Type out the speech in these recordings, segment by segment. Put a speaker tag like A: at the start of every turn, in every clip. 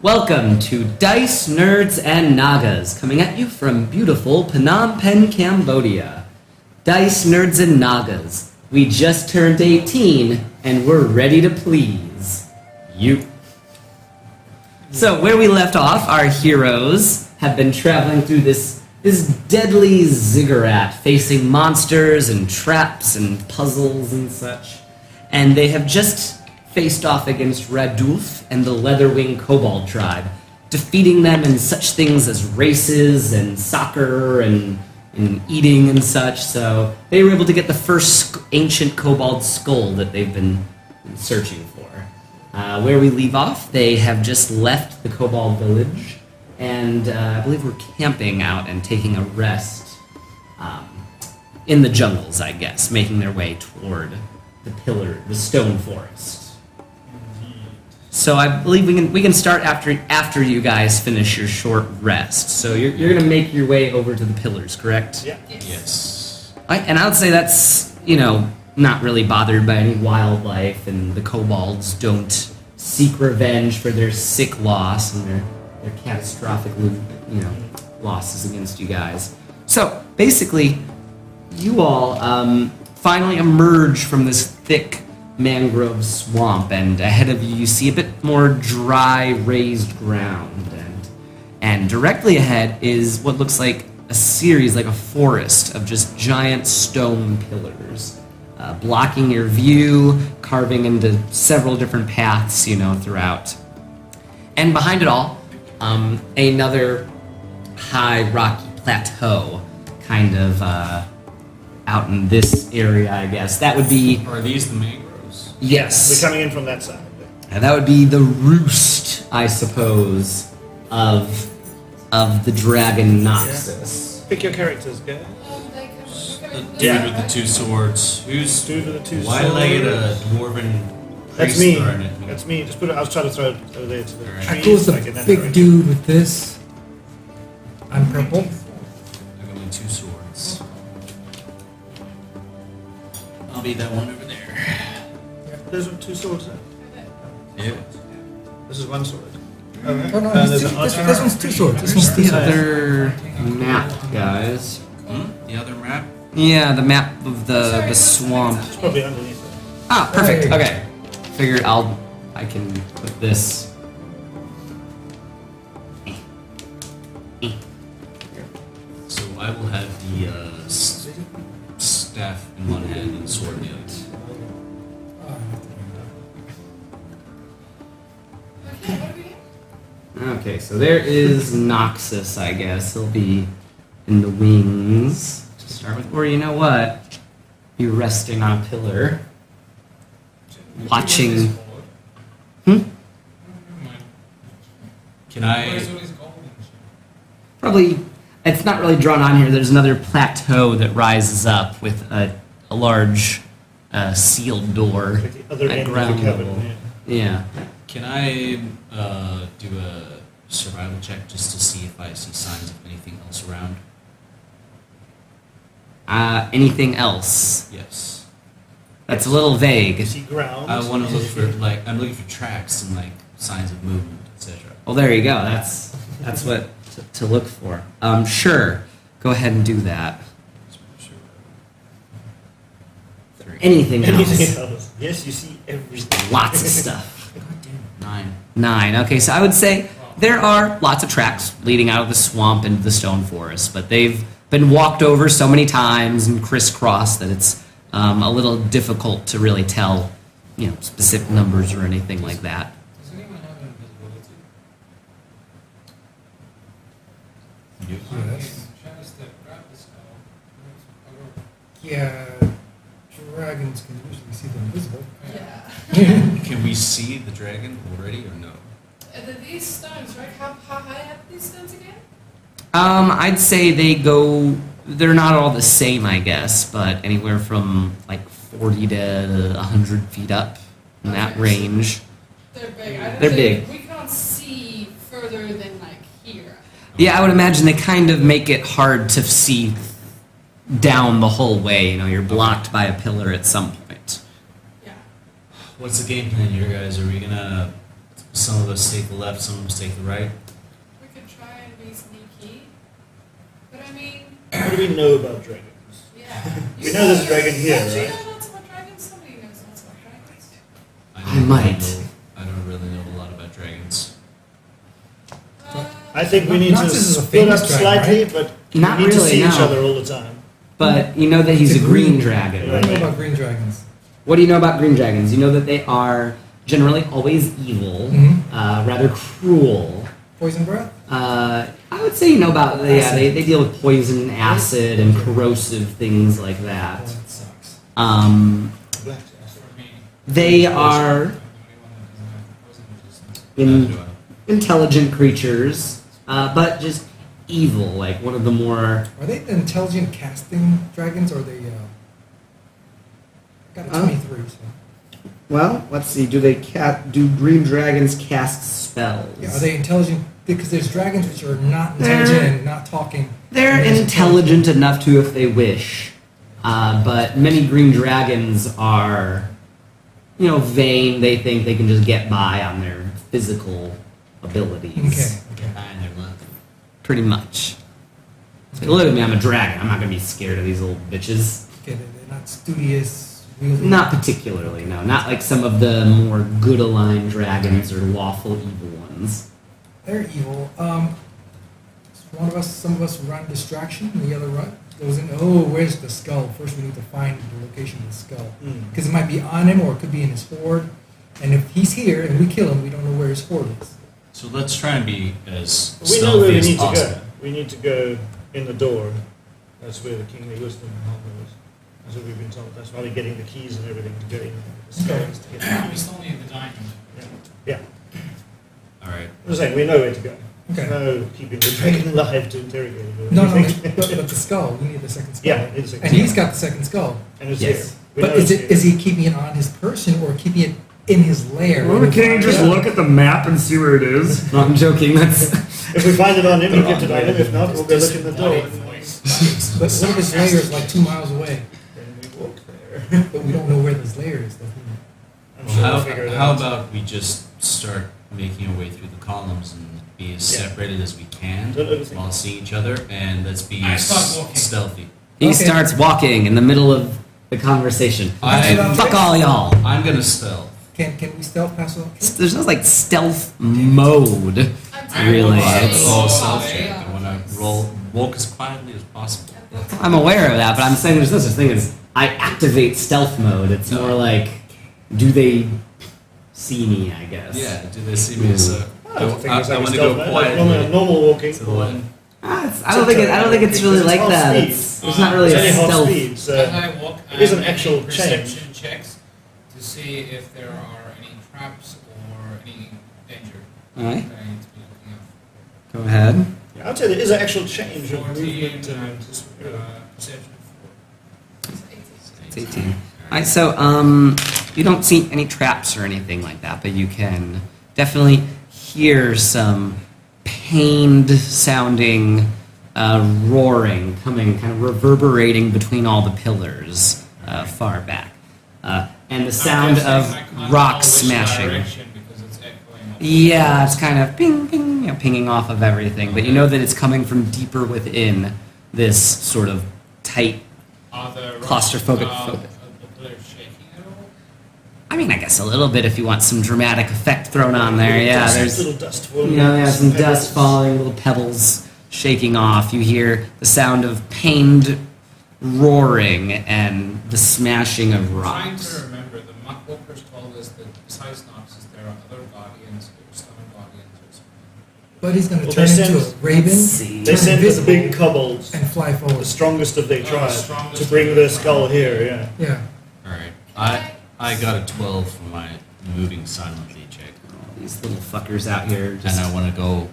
A: Welcome to Dice Nerds and Nagas, coming at you from beautiful Phnom Penh, Cambodia. Dice Nerds and Nagas, we just turned 18 and we're ready to please you. So, where we left off, our heroes have been traveling through this this deadly ziggurat, facing monsters and traps and puzzles and such. And they have just faced off against Radulf and the Leatherwing Kobold tribe, defeating them in such things as races and soccer and, and eating and such. So they were able to get the first sc- ancient Kobold skull that they've been searching for. Uh, where we leave off, they have just left the Kobold village, and uh, I believe we're camping out and taking a rest um, in the jungles, I guess, making their way toward the pillar, the stone forest. So I believe we can we can start after after you guys finish your short rest. So you're, you're gonna make your way over to the pillars, correct?
B: Yeah.
C: Yes.
A: I, and I would say that's, you know, not really bothered by any wildlife, and the kobolds don't seek revenge for their sick loss and their, their catastrophic, lo- you know, losses against you guys. So basically, you all um, finally emerge from this thick mangrove swamp, and ahead of you, you see a bit more dry, raised ground. And, and directly ahead is what looks like a series, like a forest of just giant stone pillars, uh, blocking your view, carving into several different paths, you know, throughout. And behind it all, um, another high rocky plateau, kind of uh, out in this area, I guess. That would be
C: Are these the mangroves?
A: yes.
B: We're coming in from that side.
A: And that would be the roost, I suppose, of of the dragon Noxus.
B: Pick your characters, guys.
C: The dude
B: Yeah.
C: with the two swords. Who's
B: Dude with the two
C: Why laid a
B: swords.
C: dwarven
B: That's
C: priest
B: me.
C: or anything?
B: That's me. Just put it. I was trying to throw it over there to the
C: Alright.
B: trees.
D: I close the
B: so I can then throw
D: big
B: it.
D: dude with this. I'm purple.
C: I've only two swords. I'll be that one over there.
B: Those are two swords. Now.
C: Ew.
B: This is one sword.
D: Oh,
B: Uh,
D: no, this,
B: there's an
D: this,
B: other-
D: this one's two swords. This
A: Where's
D: one's two
A: the
D: swords.
A: other map, guys?
C: Hmm? The other map?
A: Yeah, the map of the
C: uh,
A: the swamp.
B: It's probably underneath it.
A: Ah, perfect.
D: Hey.
A: Okay. Figure I'll I can put this.
C: So I will have the uh, s- staff in one hand and sword in the other.
A: Okay, so there is Noxus, I guess. He'll be in the wings to start with. Or you know what? You're resting on a pillar. Watching
C: Can I?
A: probably it's not really drawn on here there's another plateau that rises up with a, a large uh, sealed door
B: Like the other
A: At
B: end of
A: ground
B: the cavern.
A: level.
B: yeah.
A: yeah
C: Can I uh, do a survival check just to see if I see signs of anything else around?
A: uh, anything else
C: Yes.
A: that's a little
B: You
A: vague
B: see ground.
C: I want to look for like I'm looking for tracks and like signs of movement, etc.
A: well Oh, there you go that's that's what to, to look for um sure go ahead and do that
C: Three.
A: anything else
B: Anything else? Yes, you see everything.
A: lots of stuff
C: Nine.
A: Nine. Okay, so I would say there are lots of tracks leading out of the swamp into the stone forest, but they've been walked over so many times and crisscrossed that it's um, a little difficult to really tell, you know, specific numbers or anything like that.
E: Does anyone have invisibility?
D: Yes.
E: Travis that grabbed the skull. makes a lot
D: Yeah, dragons can usually see the invisible.
F: Yeah.
C: Can we see the dragon already or no?
F: And then these stones, right? How, how high up these stones again?
A: Um, I'd say they go. They're not all the same, I guess, but anywhere from like 40 to 100 feet up in that range.
F: They're big. I don't
A: They're
F: think- We can't see further than like here.
A: Yeah, I would imagine they kind of make it hard to see down the whole way. You know, you're blocked by a pillar at some point.
F: Yeah.
C: What's the game plan here, guys? Are we gonna Some of us take the left, some of us take the right.
F: We could try and be sneaky. But I mean,
B: What do we know about dragons?
F: yeah.
B: We
F: You
B: know there's dragon here,
F: Don't you
B: right?
F: know lots about dragons? Somebody knows lots about dragons.
C: I,
A: I might.
C: Know, I don't really know a lot about dragons.
F: Uh,
B: I think we need to
D: Nazis is a
B: split up
D: famous dragon,
B: slightly, but
A: Not
B: we need to
A: really,
B: see each
A: no.
B: other all the time.
A: But you know that he's a green dragon.
D: I don't know about green dragons.
A: What do you know about green dragons? You know that they are generally always evil,
B: Mm-hmm.
D: Mhm.
A: uh, rather cruel.
D: Poison breath?
A: Uh, I would say you know about yeah, they, they deal with poison, acid, and corrosive things like
D: Oh,
A: that.
D: that sucks.
A: Um,
B: Black.
E: For me,
A: they are
E: I'm the only one that doesn't have poison resistance.
A: in,
C: Neither do I.
A: intelligent creatures, uh, but just evil, like one of the more
D: Are they the intelligent casting dragons or are they. Uh, I got a
A: Oh.
D: 23, so.
A: Well, let's see. Do they cat? Do green dragons cast spells?
D: Yeah, are they intelligent? Because there's dragons which are not intelligent and not talking.
A: They're intelligent enough to if they wish, uh, but many green dragons are, you know, vain. They think they can just get by on their physical
D: Okay,
A: abilities.
D: okay.
C: And they're lucky.
A: Pretty much. It's like, look at me, I'm a dragon. I'm not gonna be scared of these little bitches.
D: Okay, they're they're not studious, really.
A: Not particularly, no. Not like some of the more good aligned dragons or lawful evil ones.
D: They're evil. Um, one of us, some of us run distraction, and the other run goes in. Oh, where's the skull? First, we need to find the location of the skull
B: Mm.
D: because it might be on him or it could be in his hoard. And if he's here and we kill him, we don't know where his hoard is.
C: So let's try and be as
B: We know where
C: stealthy
B: we
C: as
B: need to
C: possible.
B: go. We need to go in the door. That's where the kingly wisdom and harmony is. That's what we've been told. That's why we're getting the keys and everything to go in. The skulls to get in.
E: We still need the diamond.
C: All right.
B: I'm just saying, we know where to go.
D: Okay.
B: No keeping the dragon alive to interrogate it.
D: No, no, but, but the skull. We need the second skull.
B: Yeah, it's a
D: And he's got the second skull.
B: And it's
A: Yes.
B: here. We
D: But
B: know
D: is
B: it's
D: it is he keeping it on his person or keeping it in his lair?
G: Well, can't you just look at the map and see where it is?
A: No, I'm joking. That's
B: If we find it on him, we
C: They're
B: get it
C: on
B: on him.
C: there.
B: If not, we'll go look in the door.
E: Disembodied voice.
D: But one of his lair is like two miles away,
B: Then we walk there.
D: but we don't know where this lair is. does he?
B: I'm sure
C: How,
B: we'll figure it
C: how
B: out.
C: about we just start making our way through the columns and be as
B: Yeah.
C: separated as we can
B: Don't overthink.
C: while seeing each other, and let's be
E: I
C: s-
E: start walking.
C: stealthy.
A: He
D: Okay.
A: starts walking in the middle of the conversation.
D: Um,
C: I,
A: Fuck all y'all.
C: I'm gonna stealth.
D: Can can we stealth pass along?
A: S- There's no like stealth mode.
F: Uh, I'm
E: I will
A: Really?
E: say-
C: I have a low
E: Oh,
C: stealth
E: yeah.
C: check. I wanna roll, walk as quietly as possible.
A: I'm aware of that, but I'm saying there's no such thing as I activate stealth mode. It's more like, do they see me? I guess.
C: Yeah, do they see me? So
B: I don't think
C: I,
B: it's like a
C: want to
B: stealth,
C: go
B: man. Like normal,
C: quietly
B: normal walking.
C: to the left.
A: Ah, it's- I don't think it, I don't think it's really like that. It's, it's not really
B: It's
A: a
B: only half
A: stealth.
B: speed,
E: As
B: so
E: I walk,
B: it is
E: I'm
B: an actual
E: making perception checks to see if there are any traps or any danger
A: All right,
E: that I need to be looking out for.
A: go ahead.
B: I'll tell you, there is an actual change of movement.
E: Fourteen,
B: and-
E: and just, uh, perception four.
A: It's 18. All right, so um, you don't see any traps or anything like that, but you can definitely hear some pained sounding uh, roaring coming, kind of reverberating between all the pillars uh, far back. Uh, and the sound
E: I'm guessing I
A: of
E: can't tell
A: rock
E: which
A: smashing.
E: direction because it's echoing off.
A: Yeah, it's kind of ping, ping, you know, pinging off of everything, but you know that it's coming from deeper within this sort of tight
E: Are the rocks,
A: claustrophobic
E: um,
A: phobic.
E: are the pillars shaking at all?
A: I mean, I guess a little bit if you want some dramatic effect thrown on there.
B: Little
A: Yeah,
B: dust-
A: there's
B: little dust
A: you
B: falling.
A: know, yeah, some dust
B: pebbles.
A: falling, little pebbles shaking off. You hear the sound of pained roaring and the smashing of
E: Trying to
A: rocks.
E: remember, the Muckwalkers told us that besides Noxus, there are other guardians, or some guardians or something.
D: But he's going to
B: Well,
D: turn
B: they
D: into a
B: send-
D: raven
A: Let's see.
B: They send the
D: Invisible.
B: big kobolds,
D: and fly
B: the
D: forward.
B: strongest of their
E: Oh,
B: tribe,
E: strongest
B: to bring
E: of
B: their
E: their
B: skull
E: tribe.
B: here. Yeah.
D: Yeah.
C: All right. I I got a 12 for my moving silently check,
A: These little fuckers out here.
C: and
A: Just,
C: I want to go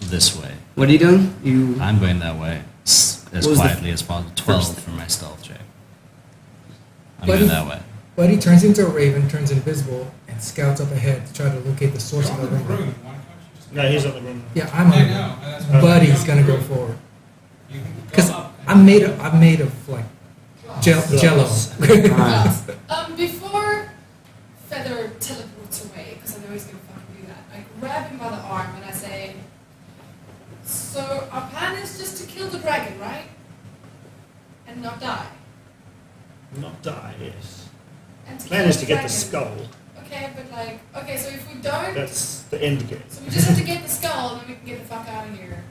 C: this way.
A: what are you doing? You
C: I'm going that way s- as
A: What was the
C: quietly as possible. 12
A: first
C: for my stealth check. I'm
D: But
C: going
D: if-
C: that way.
D: But he turns into a raven, turns invisible, and scouts up ahead to try to locate the source
E: You're
D: of
E: on
D: the
E: the
D: ring.
E: broom, why can't you just...
B: No, he's on the room.
D: Yeah, I'm
E: I
D: on
E: know, and that's
D: it.
E: why
D: But
E: you're
D: he's
E: on
D: going
E: the
D: to go
E: broom.
D: forward.
E: You can go
D: Because
E: up and-
D: I'm made of, I'm made of like gel, jello.
A: Ah,
F: Um, before Feather teleports away, because I know he's gonna fucking do that, I farm and I say, So our plan is just to kill the dragon, right? And not die.
B: Not die, yes.
F: And to
B: Plan
F: kill
B: is to get the
F: dragon."
B: skull.
F: Okay, but like, okay, so if we don't,
B: That's the end game.
F: so we just have to get the skull and then we can get the fuck out of here.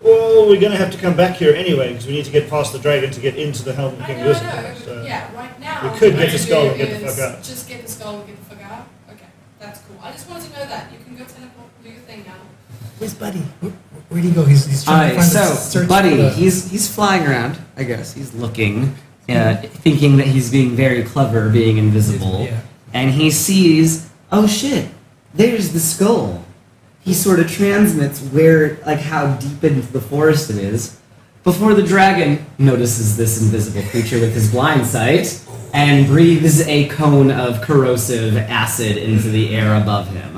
B: Well, we're going to have to come back here anyway because we need to get past the dragon to get into the Helm of
F: I
B: King uh,
F: know, I
B: Elizabeth.
F: know.
B: so-
F: But yeah, right now.
B: we could
F: what
B: get the
F: you
B: skull
F: do
B: and get the
F: is
B: fuck out.
F: Just get the skull and get the fuck out. Okay, that's cool. I just wanted to know that. You can go teleport, do your thing now.
D: Where's Buddy? Where, where'd he go? He's, he's
A: All
D: trying
A: right,
D: to find the
A: so
D: search
A: Buddy,
D: for the-
A: he's he's flying around. I guess he's looking, uh, thinking that he's being very clever, being invisible,
D: Yeah.
A: and he sees, oh shit, there's the skull. He sort of transmits where, like, how deep into the forest it is. Before the dragon notices this invisible creature with his blind sight and breathes a cone of corrosive acid into the air above him.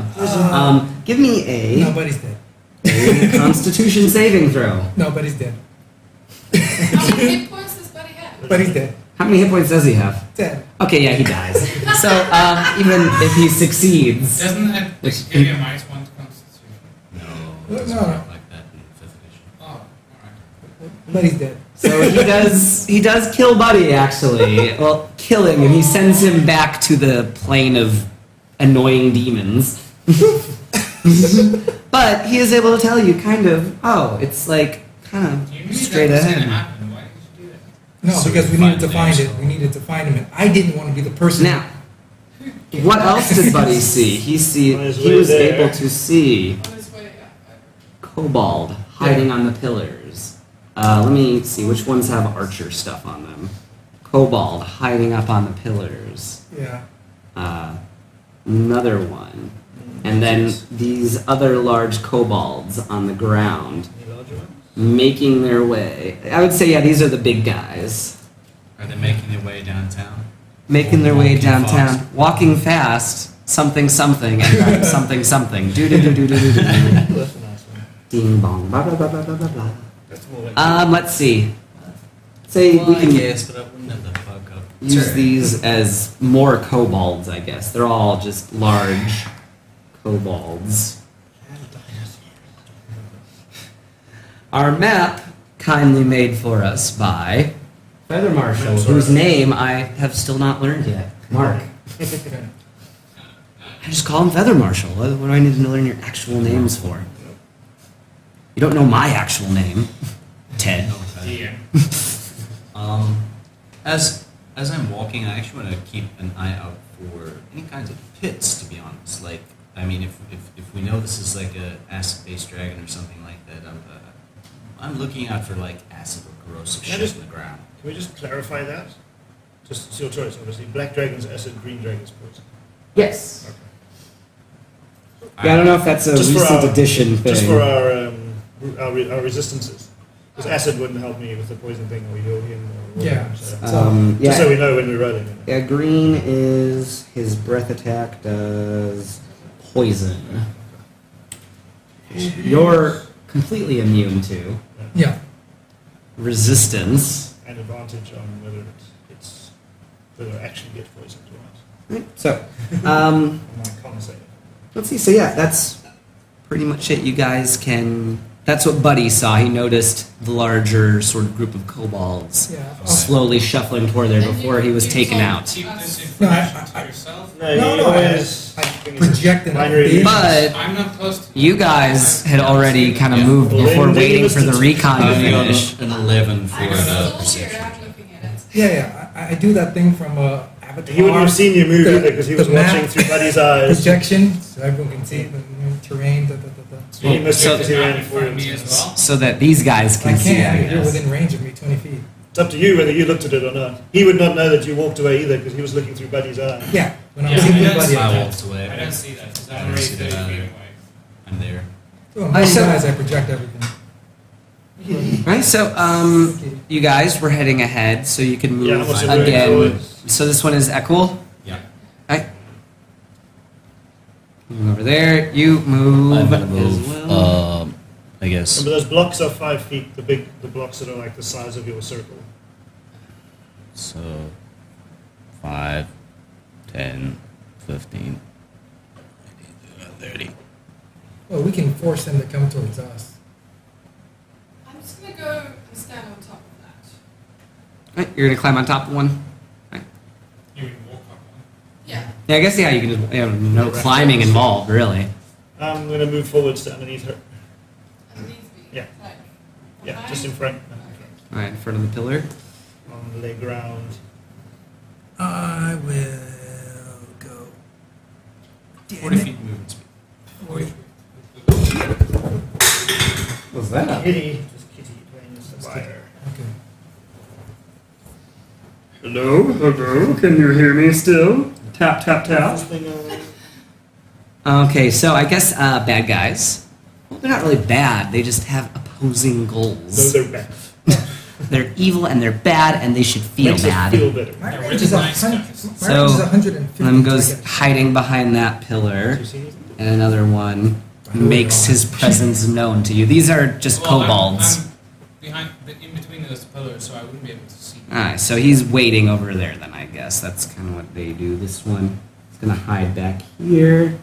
A: Um, give me
D: No,
A: a
D: Buddy's dead.
A: Constitution saving throw.
D: No, Buddy's dead.
F: How many hit points does Buddy have?
D: Buddy's dead.
A: How many hit points does he have?
D: Dead.
A: Okay, yeah, he dies. so uh, even if he succeeds,
E: Doesn't that
A: Which-
E: give you a minus one to constitution?
C: No, it
D: No,
C: doesn't
D: no.
C: work like that in fifth edition.
E: Oh, alright.
D: Buddy's dead.
A: so he does he does kill Buddy actually. Well, kill him, and he sends him back to the plane of annoying demons. but he is able to tell you kind of, oh, it's like kind
E: You knew
A: of straight
E: that was gonna
A: ahead.
E: happen. Why did you do that?
D: No,
C: So
D: because we
C: we
D: needed
C: find
D: to
C: the
D: find
C: damn
D: it.
C: skull.
D: We needed to find him, and I didn't want to be the person.
A: Now, what else did Buddy see? He see
B: On his
A: he
B: way
A: was
B: there.
A: able to see
F: On his way up.
A: Cobalt hiding on the pillars. Uh, let me see which ones have archer stuff on them. Cobalt hiding up on the pillars.
D: Yeah.
A: Uh, another one. And then these other large kobolds on the ground
B: Any larger ones?
A: making their way. I would say, yeah, these are the big guys
C: Are they making their way downtown?
A: making their way
C: Walking
A: downtown,
C: fast.
A: walking fast, something something, and then something something. Do do do do do do do.
B: Oh, that's a nice one.
A: Ding bong, blah blah blah blah blah blah blah.
B: That's more like
A: Um, let's see. Say
C: well,
A: we
C: I
A: can
C: guess, but I wouldn't have the fuck up.
A: use these as more kobolds, I guess. They're all just large kobolds. Our map, kindly made for us by Feather Marshal, whose name I have still not learned yet. Mark. I just call him Feather Marshal. What what do I need to learn your actual names for? You don't know my actual name, Ted.
B: Uh,
E: DM.
C: Um, as as I'm walking, I actually want to keep an eye out for any kinds of pits. To be honest, like I mean, if if, if we know this is like a acid-based dragon or something like that, I'm uh, I'm looking out for like acid or corrosive
B: Can I
C: shit
B: just-
C: in the ground.
B: Can we just clarify that? Just it's your choice, obviously. Black dragons acid, green dragons poison.
A: Yes.
C: I-
A: Yeah, I don't know if that's a
B: Just for
A: recent
B: our-
A: addition thing.
B: Just for our um, re- our, re- our resistances, because acid wouldn't help me with the poison thing or Yodian or
D: Yeah.
B: So.
D: Uh,
A: um, yeah,
B: Just so we know when we're running.
A: yeah, green is his breath attack does poison. Which You're completely immune to
D: Yeah.
A: resistance.
B: uh, An advantage on whether it's, it's whether I actually get poisoned or not.
A: Right, So, um,
B: On my con save.
A: let's see. So yeah, that's pretty much it. You guys can. That's what Buddy saw. He noticed the larger sort of group of kobolds
D: Yeah. Oh,
A: slowly shuffling toward there
F: And you-
A: before he was
F: you
A: taken
F: told-
A: out.
E: Keep this
D: No, I-
E: information
D: I-
E: to yourself.
D: No, no, I- I projected
B: Minor
D: out the-
A: But
E: I'm not close to
A: You guys had already kind of
C: Yeah.
A: moved before
B: Well, they
A: waiting for the
B: listed-
A: recon to
C: I've got
A: finish.
C: an eleven uh, for
F: I'm
C: the
F: still weird
C: perception.
F: out looking at it.
D: Yeah, yeah. I, I do that thing from uh, Avatar.
B: He wouldn't have seen you move
D: The-
B: either because he
D: the
B: was
D: map-
B: watching through Buddy's eyes.
D: projection, so everyone can see the you know, terrain. Da, da, da, da.
B: He must
A: So-
B: have because he ran
E: find me as
B: forward.
E: well.
A: So that these guys
D: I
A: can see
D: can't. You're
A: that.
D: within range of me, 20 feet.
B: It's up to you whether you looked at it or not. He would not know that you walked away either because he was looking through Buddy's eyes.
D: Yeah. When I'm
E: Yeah,
D: seeing
E: I
D: the
E: don't
D: buddy,
C: I
D: I'm
C: walked away.
E: I don't see that because
C: I
E: I'm
C: don't
E: already
C: see
E: 30 feet
C: that either.
E: away.
C: I'm there.
D: doing
A: I
D: my
A: said-
D: eyes. I project everything.
A: Right, so um,
D: Okay.
A: you guys were heading ahead, so you can
B: Yeah,
A: move
B: I'm also moving
A: again.
B: forward.
A: So this one is Ekul.
C: Yeah.
A: Move over there. You move.
C: I'm gonna
A: as
C: move.
A: well.
C: Um, I guess.
B: Remember those blocks are five feet, the big the blocks that are like the size of your circle.
H: So, 5, 10, 15, 30.
D: Well, Oh, we can force them to come towards us.
F: I'm just gonna go and stand on top of that.
A: Right, you're gonna climb on top of one.
E: You would walk up on it.
F: Yeah.
A: Yeah, I guess yeah, you can just you know, no climbing involved really.
B: I'm going to move forwards to underneath her.
F: Underneath me.
B: Yeah.
F: Like,
B: Yeah,
F: behind?
B: just in front.
F: Okay.
A: All right, in front of the pillar.
B: On the ground.
D: I will go. Damn
C: 40
D: it.
C: feet movement speed.
A: What's that?
B: Kitty. Just kitty playing with some wire.
D: Okay.
G: Hello, hello. Can you hear me still? Tap, tap, tap.
B: Something, uh,
A: Okay, so I guess uh, bad guys. Well, they're not really bad. They just have opposing
B: Those
A: goals.
B: are bad.
A: They're evil and they're bad, and they should feel
B: Makes
A: bad.
B: it feel better.
D: My
E: Yeah, we're
D: range
E: just
D: is a
E: nice
D: hun-
E: guys.
D: my
A: So,
D: range is 150.
A: One of them goes
D: seconds.
A: hiding behind that
B: Do
A: pillar,
B: you see anything?
A: and another one makes his presence known to you. These are just
E: Well, I'm-
A: kobolds.
E: I'm Behind, the, in between those pillars, so I wouldn't be able to see.
A: Alright, so he's waiting over there then, I guess. That's kind of what they do. This one is going to hide back here,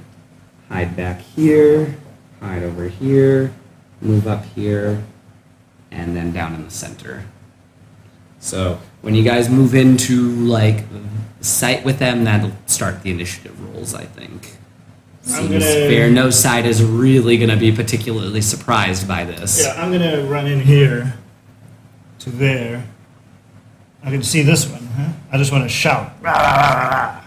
A: hide back here, hide over here, move up here, and then down in the center. So when you guys move into, like, sight with them, that'll start the initiative rolls, I think.
B: I'm
A: Seems
B: gonna-
A: fair. No side is really going to be particularly surprised by this.
B: Yeah, I'm gonna run in here to there. I can see this one, huh? I just want to shout.
A: I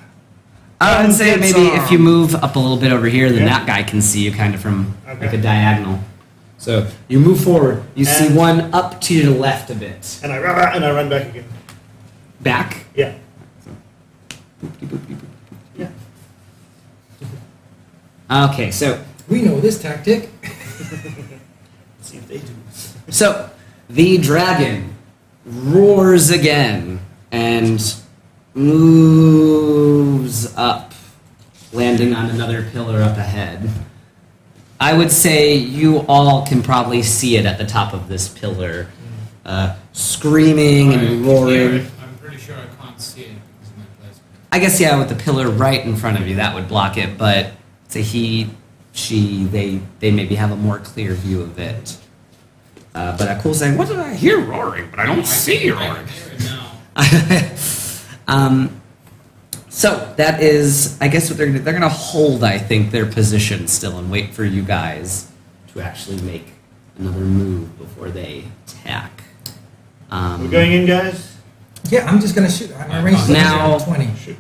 A: would say
B: Don't get
A: maybe
B: some.
A: if you move up a little bit over here, then
B: Yeah.
A: that guy can see you kind of from like
B: Okay.
A: a diagonal. So you move forward. You see
B: And-
A: one up to your left a bit.
B: And I rah, rah, and I run back again.
A: Back.
B: Yeah.
A: Okay, so
D: We know this tactic.
B: See if they do.
A: so the dragon roars again and moves up, landing on another pillar up ahead. I would say you all can probably see it at the top of this pillar, uh, screaming
E: I can
A: and
E: hear
A: roaring.
E: it. I'm pretty sure I can't see it because of my placement.
A: I guess yeah, with the pillar right in front of you, that would block it. But say he, she, they, they maybe have a more clear view of it. Uh, but a cool saying, "What did I hear roaring? But I don't see you
E: I can
A: roaring."
E: hear it now.
A: um, so that is, I guess, what they're gonna, they're going to hold. I think their position still and wait for you guys to actually make another move before they attack. Um,
B: We're going in, guys.
D: Yeah, I'm just gonna shoot. My range is
A: Now-
D: 120. I'm
B: Shoot.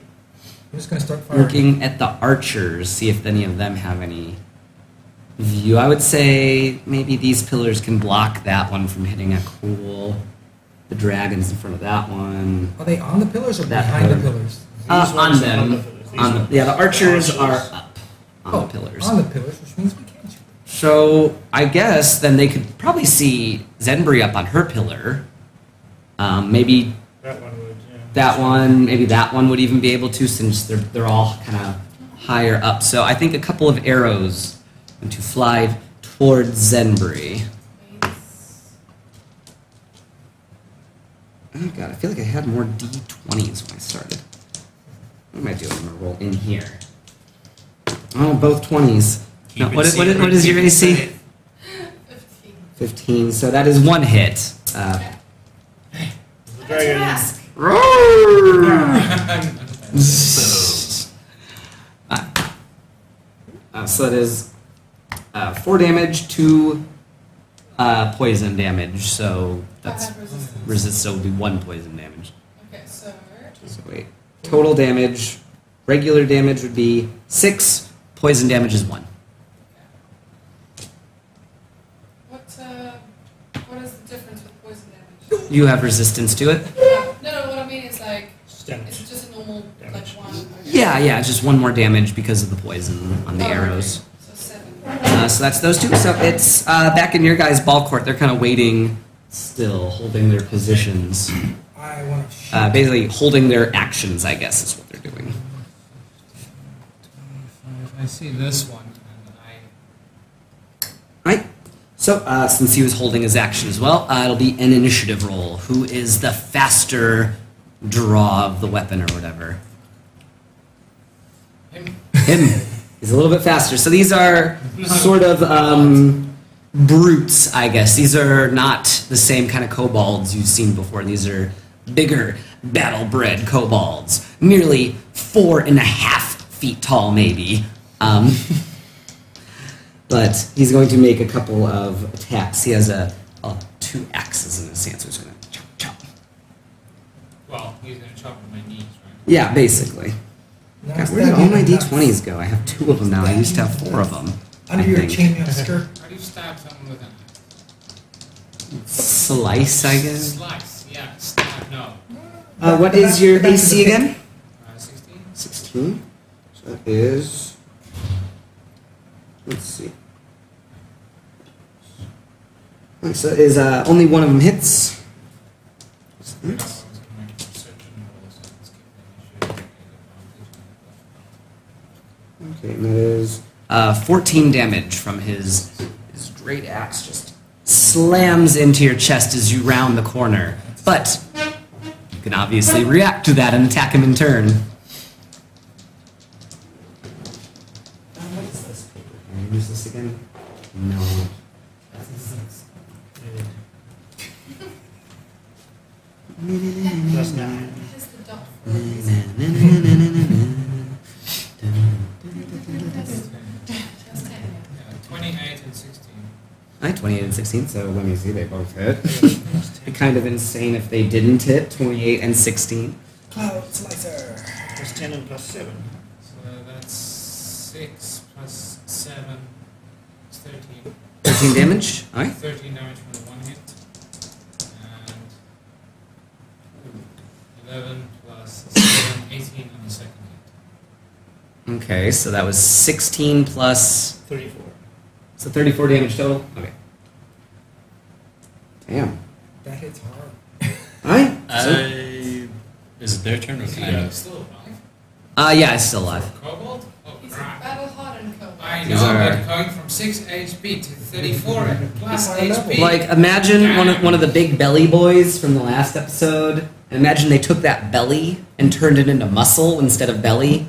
D: just gonna start firing.
A: looking at the archers, see if any of them have any view. I would say maybe these pillars can block that one from hitting a cool. The dragons in front of that one.
D: Are they on the pillars or
A: That
D: behind the
A: pillar.
D: pillars?
A: Uh,
B: These
A: on
B: ones are on the
A: them.
B: pillars. These
A: On the,
B: ones.
A: yeah, the archers
B: The
A: are
B: archers.
A: up on
D: Oh,
A: the pillars.
D: On the pillars, which means we can shoot.
A: so I guess then they could probably see Zenbri up on her pillar. Um, maybe
B: That one would. Yeah.
A: that one, maybe that one would even be able to since they're, they're all kind of higher up. So I think a couple of arrows going to fly towards Zenbri.
F: Please.
A: Oh god, I feel like I had more d20s when I started. What am I doing? I'm gonna roll in here. Oh, both 20s. No,
C: Keep it
A: what, is, what, is,
C: secret,
A: what is your
C: keep it
A: AC?
C: safe.
F: 15.
A: 15, so that is one hit. Uh,
B: The
F: That's a
B: dragon.
F: mask.
A: roar!
E: I'm- I'm-
A: Uh, so that is uh, four damage, two uh, poison damage. So
F: I
A: that's
F: have resistance.
A: resist. So it'll be one poison damage.
F: Okay, so.
A: So wait, total damage, regular damage would be six. Poison damage is one.
F: What, uh, what is the difference with poison damage?
A: You have resistance to it.
F: No, no, what I mean is like, is
B: Stench.
F: it just a normal, like
B: Damage.
F: one? okay.
A: Yeah, yeah, it's just one more damage because of the poison on the
F: Oh, okay.
A: arrows.
F: So seven.
A: Uh, so that's those two. So it's uh, back in your guys' ball court. They're kind of waiting, still holding their positions.
D: I want to shoot.
A: Uh, basically, holding their actions. I guess is what they're doing.
E: I see this one, and I
A: Right. So, uh, since he was holding his action as well, uh, it'll be an initiative roll. Who is the faster draw of the weapon or whatever?
E: him.
A: Him. He's He's a little bit faster. So these are sort of um, brutes, I guess. These are not the same kind of kobolds you've seen before. These are bigger, battle bred kobolds, nearly four and a half feet tall, maybe. Um, but he's going to make a couple of attacks. He has a, a two axes in his hand, so he's going to chop, chop.
E: Well, he's gonna chop at my knees, right?
A: Yeah, basically.
D: Now
A: God,
D: it's
A: where did
D: that
A: all
D: you
A: my
D: and that's
A: d20s go? I have two of them now. I used to have four of them.
D: Under
A: I
D: your
A: think.
D: chain mail skirt.
E: How do you stab someone with an
A: Slice, I guess.
E: slice? Yeah, stab. No.
A: Uh, what is your AC again?
E: Uh, 16?
A: 16. So that is. Let's see. Alright, so is uh, only one of them hits.
E: I forgot what I was gonna make perception rolls, so let's keep that issue.
A: Okay, and that is uh, 14 damage from his his great axe. Just slams into your chest as you round the corner. But you can obviously react to that and attack him in turn. What is this paper? Can I use this again? No.
B: That's nine.
F: Here's the dot for a reason. Just ten.
E: Yeah, 28 and 16.
A: I 28 and 16, so let me see, they both hit. Be kind of insane if they didn't hit 28 and 16.
D: Cloud slicer.
B: That's ten and plus seven.
E: So that's 6 plus 7 is 13.
A: 13 damage. All right.
E: 13 damage from the one hit. And 11 plus 7, 18 on the second hit.
A: Okay, so that was 16 plus.
B: Thirty-four.
A: So 34 damage total? Okay. Damn.
D: That hits hard.
A: All right.
C: Uh,
A: So,
C: I, is it their turn or
E: Is he
C: can I?
E: still alive?
A: uh, yeah, it's still alive.
E: Kobold? Oh,
F: He's a
E: crap.
F: battle hardened
E: I
F: cobalt.
E: know,
A: These are-
E: but going from 6 HP to 34 and plus
D: High level.
E: HP.
A: Like, imagine one of, one of the big belly boys from the last episode. And imagine they took that belly and turned it into muscle instead of belly.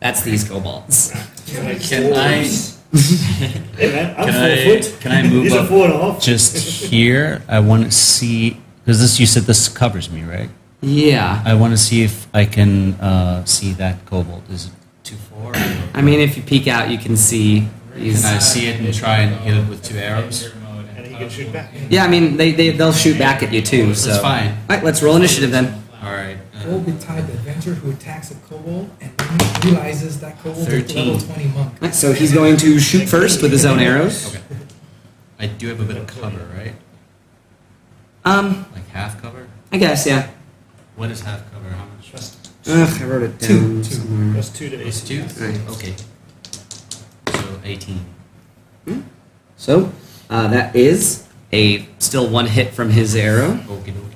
A: That's these kobolds.
C: Can I?
B: Hey man, I'm
C: Can
B: four
C: I?
B: foot.
C: Can I move
B: These are
C: up
B: four and a half.
C: just here? I want to see because this you said this covers me, right?
A: Yeah.
C: I want to see if I can uh, see that kobold. Is it two four? Or?
A: I mean, if you peek out, you can see these.
C: Can I see it and try and hit it with two arrows?
B: And he can shoot back.
A: Yeah, I mean, they, they, they'll shoot back at you too, so.
C: That's fine. uh,
A: All right, let's roll initiative then.
C: All right.
D: We'll be tied the adventurer who attacks a kobold and then realizes that kobold is a level
C: 13.
D: 20 monk.
A: All right, so he's going to shoot first with his own arrows.
C: Okay. I do have a bit of cover, right?
A: Um,
C: Like half cover.
A: I guess, yeah.
C: What is half cover? How much?
A: Ugh, I wrote it down
D: Two, two.
A: somewhere.
B: That's two to
C: It's
B: AC.
C: two.
A: Right.
C: Okay. So eighteen.
A: So, uh, that is a still one hit from his arrow.
C: Okie dokie.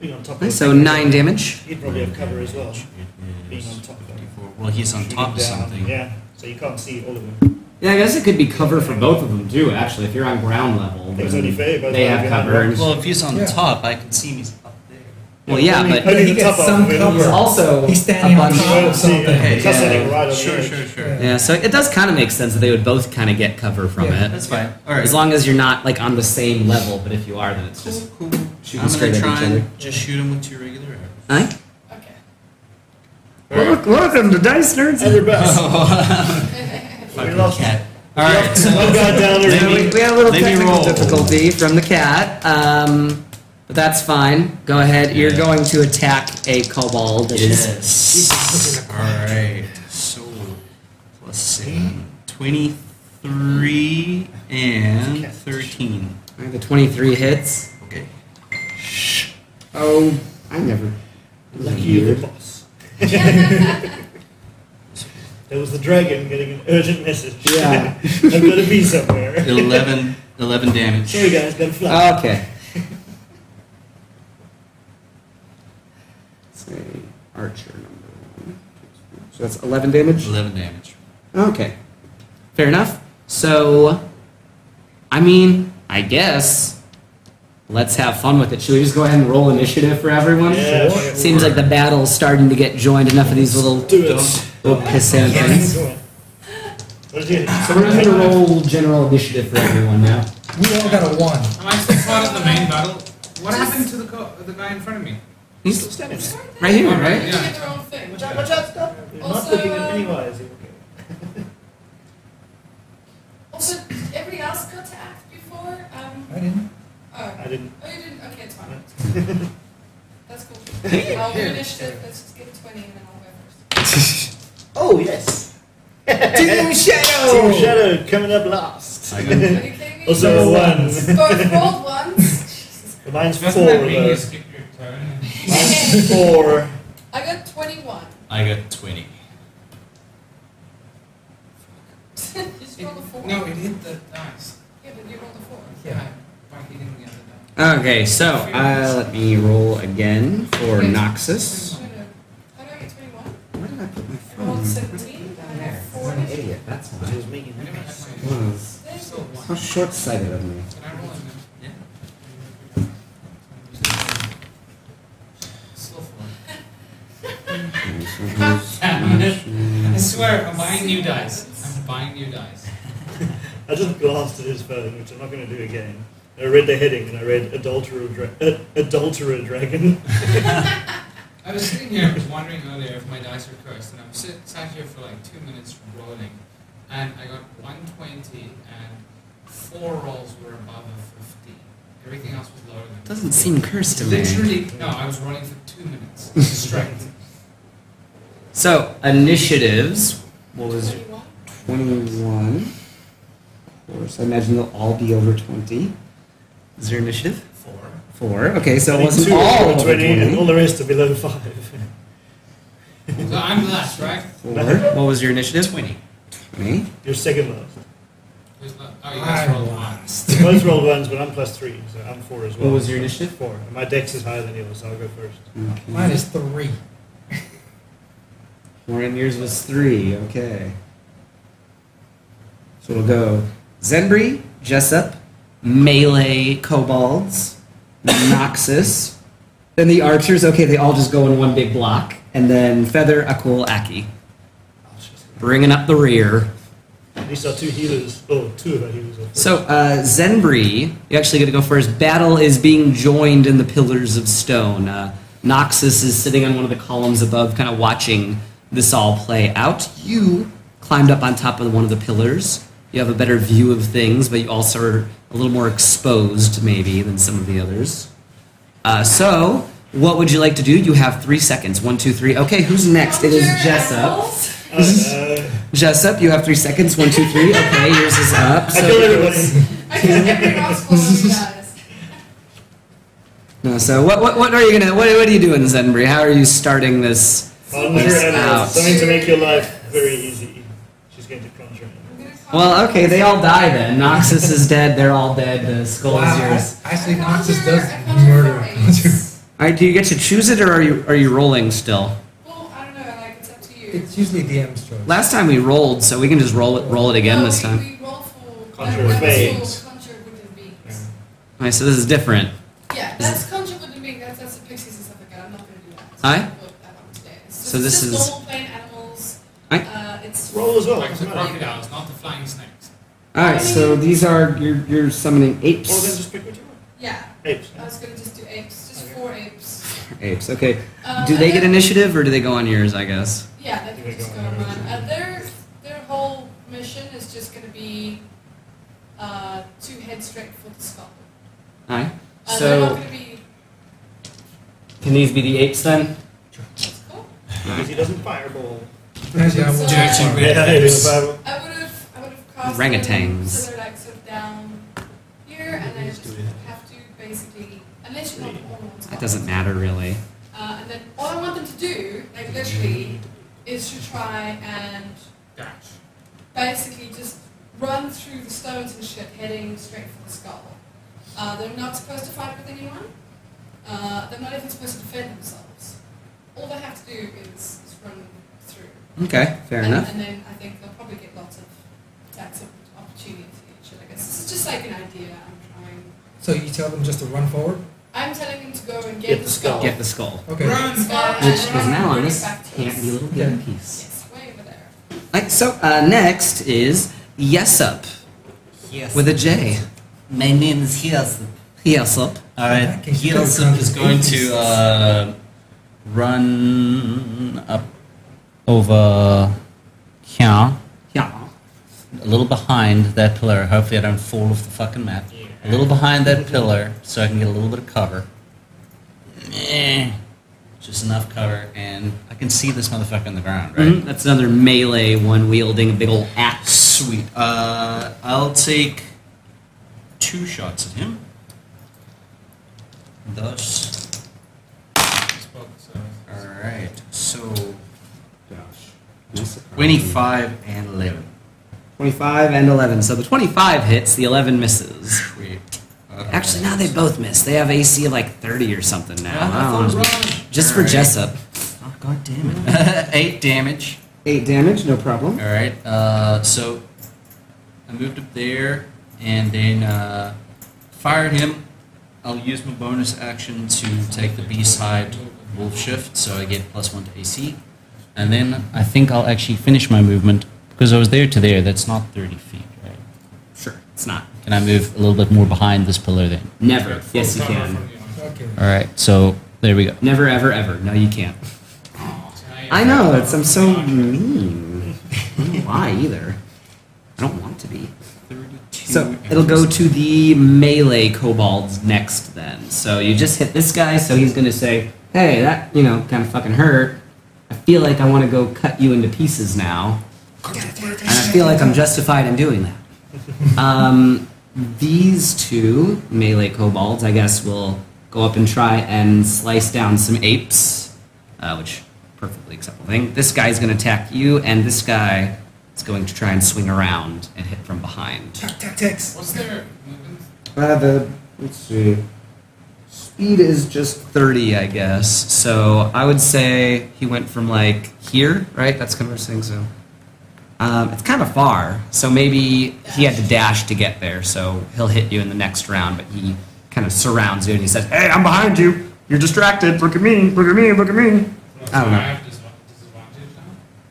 B: Being on top
A: All
B: of
A: right,
B: the
A: so
B: thing.
A: nine damage.
B: He'd probably have cover as well.
C: It
B: Being
C: is
B: on top of it.
C: 54. Well, he's on
B: Shooting
C: top of
B: down,
C: something.
B: Yeah, so you can't see all of them.
A: Yeah, I guess it could be cover for both of them too, actually. If you're on ground level,
B: It's only fair, but
A: they have
B: if you're on
A: cover.
B: ground-
A: and-
C: Well, if he's on
D: Yeah.
C: top, I can see him. He's up there.
A: Well, yeah,
B: only,
A: but-
B: only
D: He
B: the
D: gets
B: top
D: some
B: of it.
A: There's
D: cover.
A: also
D: He's standing
A: a
D: on
A: bunch
B: You
D: top
B: won't
D: of
B: see it.
D: something.
B: It's just
C: Yeah.
B: sitting right on the
C: Sure,
B: edge.
C: sure, sure.
D: Yeah.
A: Yeah, so it does kind of make sense that they would both kind of get cover from
D: Yeah,
A: it.
C: That's fine. All right.
A: As long as you're not like on the same level, but if you are, then it's just.
C: cool, cool.
A: shooting
C: I'm
A: straight
C: gonna
A: at each
C: try
A: other.
C: and just shoot him with two regular arrows.
A: Huh?
F: Okay.
G: Look, welcome to Dice Nerds.
B: And we're back.
C: Oh, Fucking
B: lost-
C: cat. All right. So
B: One guy down
A: So
C: Let me-
B: there.
A: we, we had a little
C: let me
A: technical
C: roll.
A: difficulty from the cat, um, but that's fine. Go ahead. You're
C: Yeah.
A: going to attack a kobold. that is-
C: Yes. All right. So plus seven. Twenty-three and thirteen.
A: All right, the 23 hits.
C: Okay.
A: Oh, I never.
B: Lucky you, the boss. there was the dragon getting an urgent message.
A: Yeah.
B: I've got to be somewhere.
C: 11, 11 damage.
B: Sorry, guys, got to fly.
A: Okay. Say archer number one. So that's 11 damage.
C: Eleven damage.
A: Okay. Fair enough. So, I mean, I guess Let's have fun with it. Should we just go ahead and roll initiative for everyone?
B: Yeah, Sure.
A: Seems like the battle's starting to get joined. Enough of these little
B: Do it.
A: little pissant things.
B: Go on. What is it?
A: Ah. So we're just gonna roll general initiative for everyone now.
D: We all got a one.
E: Am I still caught in the main battle? What happened to the, co- the guy in front of me?
A: He's
B: Still standing there.
A: Right here, right?
F: They did their own thing.
B: Watch out, watch out, stop. You're not
F: Also,
B: looking
F: uh,
B: at Pennywise. Okay.
F: Also, everybody else got to act before. Um,
D: I didn't.
F: oh.
B: I didn't.
F: Oh, you didn't? Okay, it's fine. That's cool. I'll finish it. Let's just give 20 and then I'll go first.
B: Oh, yes.
D: Team
B: Team
D: Shadow!
B: Shadow coming up last.
C: I got-
F: Are you kidding me?
B: Also a one.
F: Both rolled once.
B: Mine's
E: Doesn't
B: four,
E: that mean you
B: though.
E: skip your turn?
B: Mine's four.
F: I got 21.
C: I got 20.
F: just rolled a 4.
E: No, it hit the dice.
F: Yeah, but you rolled a 4.
E: Yeah. By hitting the other dice.
A: Okay, so uh, let me roll again for Noxus.
F: No, no. How do I get 21?
A: Where did I put my
F: I rolled
A: phone?
F: 17. I got 4.
A: I'm an idiot. That's
B: She
A: why.
B: was making
E: I never had
B: noise.
E: my.
A: Was
F: There's
E: Still one.
A: how short-sighted of me.
E: Can I roll in
C: Yeah.
E: Still four. I
A: Yes,
E: swear, I'm buying new dice. I'm buying new dice.
B: I just glanced at his phone, which I'm not going to do again. I read the heading and I read adulterer, dra- uh, adulterer dragon.
E: I was sitting here, I was wondering earlier if my dice were cursed, and I was sit, sat here for like two minutes rolling, and I got 120, and four rolls were above a 50. Everything else was lower than 50.
A: Doesn't seem cursed to me.
E: Literally, no, I was rolling for two minutes straight.
A: So initiatives. What was it?
F: 21.
A: Twenty-one. Of course, I imagine they'll all be over twenty. Is there initiative?
E: Four.
A: Four. Okay, so it
B: Only
A: wasn't
B: two
A: all
B: were
A: over
B: 20, and all
A: twenty.
B: the rest are below five.
E: So I'm last, right?
A: Four. What was your initiative? Twenty. Twenty.
B: You're second last.
E: Who's la- Oh, you guys rolled one.
B: Both rolled ones, but I'm plus three, so I'm four as well.
A: What was your initiative?
B: Four. And my dex is higher than yours, so I'll go first.
D: Mine is three.
A: Warren, yours was three. Okay. So we'll go Zenbri, Jessup, Melee Kobolds, Noxus, then the Archers. Okay, they all just go in one big block. And then Feather, Akul, Aki. Bringing up the rear.
B: At least our two healers, oh, two of our healers are first.
A: So, uh, Zenbri, you actually got to go first. Battle is being joined in the Pillars of Stone. Uh, Noxus is sitting on one of the columns above, kind of watching this all play out. You climbed up on top of one of the pillars. You have a better view of things, but you also are a little more exposed, maybe, than some of the others. Uh, so, what would you like to do? You have three seconds. One, two, three. Okay, who's next? It is
F: Roger,
A: Jessup.
F: assholes.
B: Uh,
A: Jessup, you have three seconds. One, two, three. Okay, yours is up.
B: I
A: So
B: killed
A: it
B: everybody.
A: goes-
F: I got every rascal of you guys.
A: No, so what, what, what are you gonna, what, what are you doing, Zenbury? How are you starting this?
B: I'll never
A: Yes.
B: end
A: Ouch.
B: this. Something to make your life very easy. She's going to crunch around.
F: I'm gonna call-
A: Well, okay, they all die then. Noxus is dead, they're all dead, the skull
D: Wow,
A: is yours.
D: I- Actually,
F: I
D: Noxus
F: conjure- I
D: does
F: conjure
D: murder.
F: flies.
A: Alright, do you get to choose it or are you, are you rolling still?
F: Well, I don't know, like, it's up to you.
D: It's usually DM's choice.
A: Last time we rolled, so we can just roll it, roll it again
F: No,
A: this
F: we-
A: time.
F: We roll for
B: Conjure
F: that- that's
B: beings.
F: for Conjure wooden beings.
B: Yeah.
A: Alright, so this is different.
F: Yeah, that's conjure wooden being. That's that's the pixies and stuff like that. I'm not going to do that. It's
A: Aye.
F: not what- that one today. It's
A: So
F: just-
A: this
F: it's
A: is-
F: just normal plain animals.
A: Aye.
F: Uh, it's
B: Roll as well.
E: Like the
B: doesn't matter.
E: crocodiles, not the flying snakes.
A: Alright, so these are, you're, you're summoning
B: Or then
A: apes.
B: just pick what you want.
F: yeah.
B: Apes.
F: I was going to just do apes, just four apes.
A: Apes, okay.
F: Um,
A: Do
F: and
A: they get
F: then-
A: initiative or do they go on yours, I guess?
F: Yeah, they can just go on. Uh, their their whole mission is just going to be uh, to head straight for the skull.
A: Alright.
F: Uh, they're not
A: So,
F: going to be.
A: can these be the apes then?
F: That's cool.
B: Because he doesn't fireball.
D: Actually, I will-
F: Judge and
D: uh,
E: Yeah,
B: he
E: apes.
B: doesn't fireball.
F: I would have, I would have cast
A: Orangutans.
F: them so they're like sort of down here, and then just have to basically, unless you're not all on top.
A: That doesn't matter really.
F: Uh, and then all I want them to do, like literally, is to try and
E: Dash.
F: basically just run through the stones and shit, heading straight for the skull. Uh, they're not supposed to fight with anyone. Uh, they're not even supposed to defend themselves. All they have to do is, is run through.
A: Okay, fair
F: and,
A: enough.
F: and then I think they'll probably get lots of attacks of opportunity in the future. I guess this is just like an idea I'm trying.
D: So you tell them just to run forward?
F: I'm telling him to go and get,
B: Get the skull.
A: Get the skull.
D: Okay.
E: Run,
F: Skull
E: guys.
F: and
A: Which is
F: run,
A: now on
F: bring it
A: this
F: back to us.
A: handy little
D: Yeah.
A: gold piece.
F: Yes, way over there.
A: Alright, so uh, next is Yesup
C: Yes.
A: with a J.
H: My name is Hiasu.
A: Yesup.
H: All right,
D: Okay, you
H: Hiasu
D: don't
H: is going to uh, run up over here,
A: Yeah.
H: a little behind that pillar. Hopefully, I don't fall off the fucking map.
B: Yeah.
H: A little behind that pillar, so I can get a little bit of cover. Eh, just enough cover, and I can see this motherfucker on the ground, right? Ah,
A: Mhm, That's another melee one wielding a big old axe.
C: Sweet. Uh, I'll take two shots at him. Thus.
E: Spoke, so.
C: Alright, so
A: Gosh.
C: 25 and 11.
A: 25 and 11. So the 25 hits, the 11 misses.
C: Sweet. Uh,
A: Actually, now they both miss. They have AC of like 30 or something now.
C: I thought it was wrong.
A: Just for
C: Alright.
A: Jessup.
C: Oh, God damn it. 8 damage.
A: 8 damage, no problem.
C: Alright, uh, so I moved up there and then uh, fired him. I'll use my bonus action to take the B side wolf shift, so I get plus 1 to AC.
H: And then I think I'll actually finish my movement because I was there to there. That's not 30 feet, right?
A: Sure, it's not.
H: Can I move a little bit more behind this pillar then?
A: Never. Yes, you
E: Full cover
A: can.
E: from you.
D: Okay.
H: All right, so there we go.
A: Never, ever, ever. No, you can't.
E: Giant
A: I know, it's, I'm so
E: rock.
A: mean. I don't know why either. I don't want to be.
C: 32
A: So it'll go to the melee kobolds next then. So you just hit this guy, so he's gonna say, Hey, that you know, kinda fucking hurt. I feel like I wanna go cut you into pieces now. And I feel like I'm justified in doing that. Um, these two melee kobolds, I guess, will go up and try and slice down some apes, uh, which perfectly acceptable thing. This guy's gonna attack you, and this guy is going to try and swing around and hit from behind.
D: Tactics.
E: What's their movement?
A: Uh, the let's see. Speed is just thirty, I guess. So I would say he went from like here, right? That's conversing. So um, it's kind of far. So maybe he had to dash to get there. So he'll hit you in the next round, but he kind of surrounds you and he says, "Eh, "Hey, I'm behind you. You're distracted. Look at me. Look at me. Look at me." I don't know.
E: I have dis- disadvantage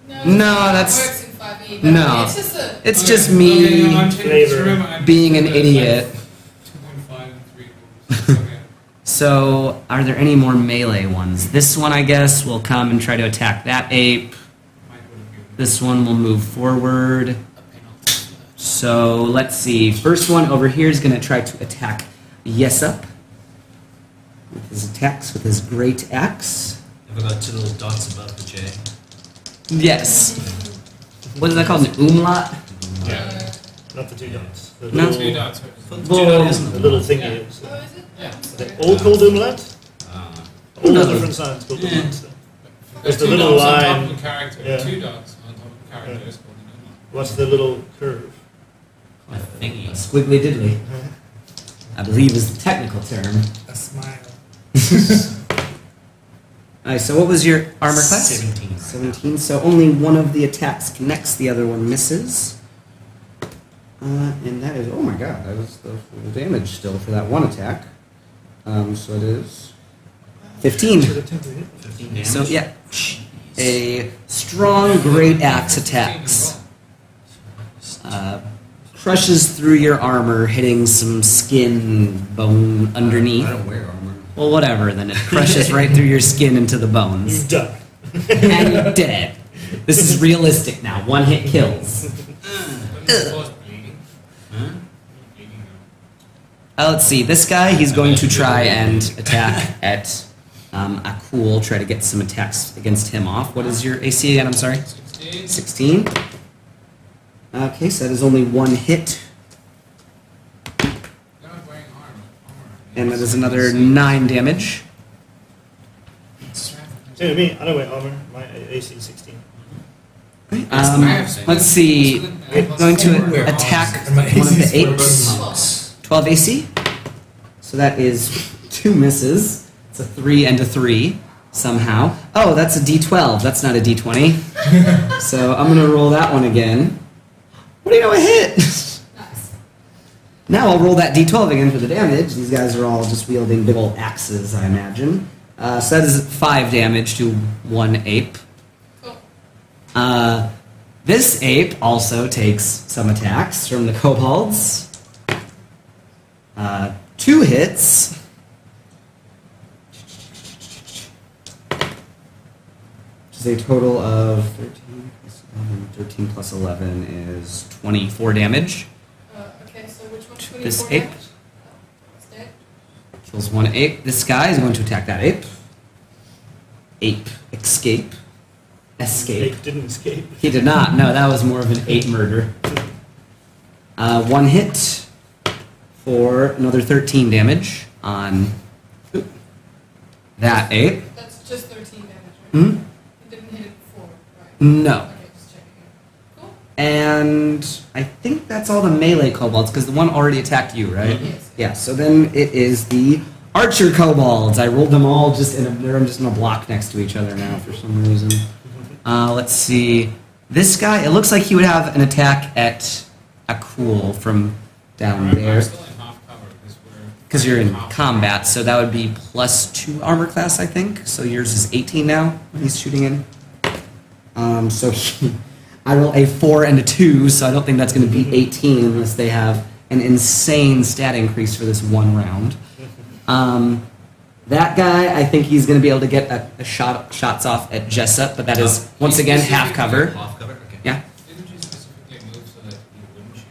E: now?
F: No,
A: No,
F: it
A: that's-
F: works in 5e, but
A: no.
F: It's just a.
A: It's
E: Okay,
A: just
E: okay, no,
A: me.
E: I'm taking this
B: flavor
E: room, I'm
A: being an
E: just gonna,
A: idiot.
E: like, 2.5 and 3 moves. Okay.
A: So are there any more melee ones? This one, I guess, will come and try to attack that ape.
E: Might would've given me
A: This one will move forward.
E: a penalty.
A: So let's see. First one over here is going to try to attack Yesup with his attacks with his great axe.
C: I've got two little dots above the J.
A: Yes. What is that called? An umlaut?
E: Yeah.
B: Not the two dots. The
A: No.
E: Two
B: little,
E: dots. but-
C: Well,
A: Well-
C: isn't
B: the little
E: Yeah.
B: thingy. is,
F: Oh,
B: uh,
F: is it?
E: Yeah.
F: I'm sorry.
B: The old called umlaut?
C: Uh,
B: All
A: No.
B: different signs called
E: Yeah.
B: umlauts.
E: There's
B: the
E: two
B: little
E: dots on top
B: line.
E: of the character.
B: Yeah.
E: Two dots on top of the character
B: Yeah.
E: is called an umlaut.
B: What's the little curve?
C: my thingy.
A: Squiggly diddly. I believe is the technical term.
D: A smile.
A: Alright, so what was your armor class?
C: 17.
A: 17, so only one of the attacks connects, the other one misses. Uh, and that is, oh my god, that was the full damage still for that one attack. Um, so it is 15.
B: Should attempt to hit.
C: 15 damage.
A: So yeah, a strong great axe attacks, uh, crushes through your armor, hitting some skin bone underneath.
C: I don't wear armor.
A: Well, whatever. Then it crushes right through your skin into the
B: You
A: bones,
B: duck.
A: and you're dead. This is realistic now. One hit kills.
C: Huh?
A: Uh, let's see. This guy, he's going to try and attack at um, Akul. Try to get some attacks against him off. What is your AC again? I'm sorry.
E: 16.
A: 16. Okay, so that is only one hit,
E: They're not wearing armor. armor.
A: and that is another 9 damage.
B: Same to me. I don't wear armor. My AC is 16.
A: Um, let's see.
E: We're
A: Going to
D: We're
A: attack
D: awesome.
A: one of the
D: Amazing.
A: apes. 12 AC. So that is two misses. It's a 3 and a 3 somehow. Oh, that's a d12. That's not a d20. so I'm going to roll that one again. What do you know? I hit!
F: Nice.
A: Now I'll roll that d12 again for the damage. These guys are all just wielding big old axes, I imagine. Uh, so that is five damage to one ape.
F: Cool.
A: Uh, this ape also takes some attacks from the kobolds. Uh, two hits. Which is a total of 13 plus 11. 13 plus 11 is 24 damage.
F: Uh, okay, so which one?
A: This
F: 24
A: ape.
F: damage? Oh, it's dead.
A: Kills one ape. This guy is going to attack that ape. Ape. Escape. Escape.
B: Ape didn't escape.
A: He did not. No, that was more of an ape murder. Uh, one hit for another 13 damage on oop, that ape.
F: That's just 13 damage, right?
A: Hmm?
F: It didn't hit it before, right?
A: No.
F: Okay, just checking. Cool.
A: And I think that's all the melee kobolds, because the one already attacked you, right?
F: Yes.
A: Yeah, so then it is the archer kobolds. I rolled them all just in a, they're just in a block next to each other now for some reason. Uh, let's see. This guy, it looks like he would have an attack at Akul from down
E: I'm-
A: there.
E: I'm still in half cover because we're.
A: Because you're in
E: half-
A: combat, so that would be plus two armor class, I think. So yours is 18 now when he's shooting in. Um, so he, I roll a four and a two, so I don't think that's going to be 18 unless they have an insane stat increase for this one round. Um, that guy, I think he's going to be able to get a, a shot shots off at Jessup, but that is once
C: You
A: again
C: specifically
A: half cover.
C: Half cover. Okay.
A: Yeah.
E: Didn't you specifically move so that he wouldn't shoot you?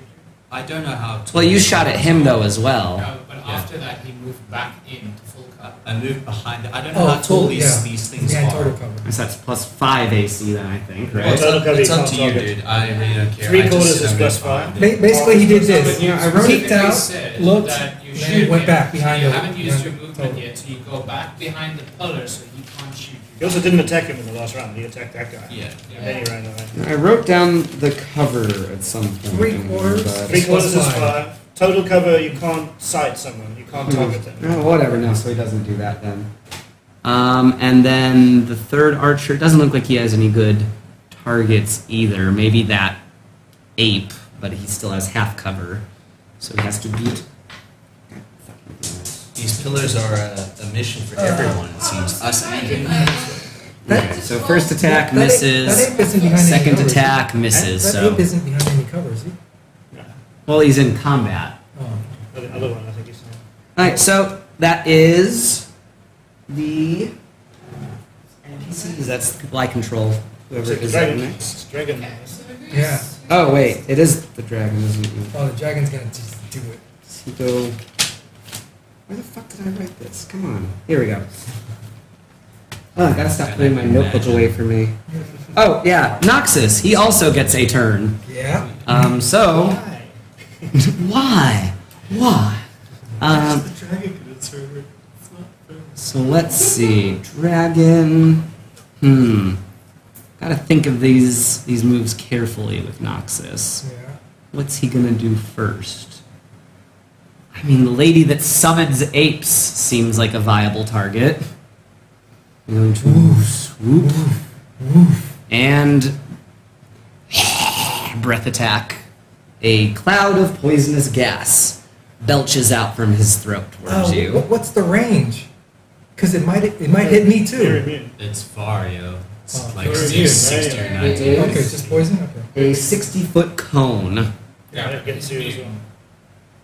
C: I don't know how. To
A: Well, you shot at him though as well.
E: No, but
C: Yeah.
E: after that he moved back in to full cover.
C: I moved behind. I don't know
D: Oh,
C: how tall
D: total-
C: these,
D: yeah.
C: these things
D: yeah,
C: are.
D: total cover.
A: So that's plus five AC then I think,
C: Well,
A: right?
C: it's up,
B: That'll
C: it's
B: be
C: up to you,
B: target.
C: dude. I really don't care.
B: Three
C: I uh, just-
B: quarters is
C: I'm
B: plus
C: gonna-
B: five.
D: Ba- basically, he did
E: No,
D: this.
E: but you
D: I rotated
E: specifically
D: down,
E: said
D: looked,
E: that you
D: and
E: should
D: went
E: hit
D: back
E: him.
D: behind
E: You
D: the-
E: haven't used
D: yeah,
E: your movement
D: totally.
E: yet, so you go back behind the pillar so he can't shoot you.
B: He also didn't attack him in the last round. He attacked that guy.
C: Yeah.
B: And then he ran away.
A: I wrote down the cover at some point.
D: Three quarters.
A: but-
B: Three quarters is
D: Plus five.
B: five. Total cover, you can't sight someone. You can't target them.
A: Oh, whatever. No, so he doesn't do that then. Um, and then the third archer doesn't look like he has any good targets either. Maybe that ape, but he still has half cover, so he has to beat.
H: These pillars are a, a mission
D: Uh,
H: for everyone, it seems. Us
F: I
H: and
F: did
H: you.
A: Uh, Okay, so first attack
D: That ape- that
A: misses.
D: ape isn't behind any
A: Second
D: cover, is he?
A: attack misses.
D: That, that
A: So
D: ape isn't behind any cover, is he?
A: well, he's in combat.
D: Oh.
B: The other one, I think he's.
A: All right, so that is the NPCs. That's the people I control. Whoever
B: It's
A: is
B: a
A: that
B: dragon.
A: next.
B: It's
C: Oh.
B: dragon.
F: Okay, so who's,
D: Yeah.
F: who's
A: Oh wait, it is the dragon, isn't it?
D: oh, the dragon's gonna just do it.
A: So go. Where the fuck did I write this? Come on. Here we go. Oh, I gotta stop putting my notebook away from me. Oh yeah, Noxus. He also gets a turn.
D: Yeah.
A: Um. So why?
B: Why?
A: Why? Um.
B: It's the dragon concern. It's not fair.
A: So let's see. Dragon. Hmm. Gotta think of these these moves carefully with Noxus.
D: Yeah.
A: What's he gonna do first? I mean, the lady that summons apes seems like a viable target. I'm going to swoop and breath attack. A cloud of poisonous gas belches out from his throat towards
D: Oh,
A: you.
D: what, what's the range? Because it might it might hit me
B: You're
D: too.
B: immune.
C: It's far, yo. It's
D: Oh,
C: like
B: you're
C: six-
B: immune,
C: 60 or
B: right?
C: 90.
A: It
D: Okay,
A: is.
D: just poison. Okay.
A: A 60 foot cone.
B: Yeah, it gets you as well.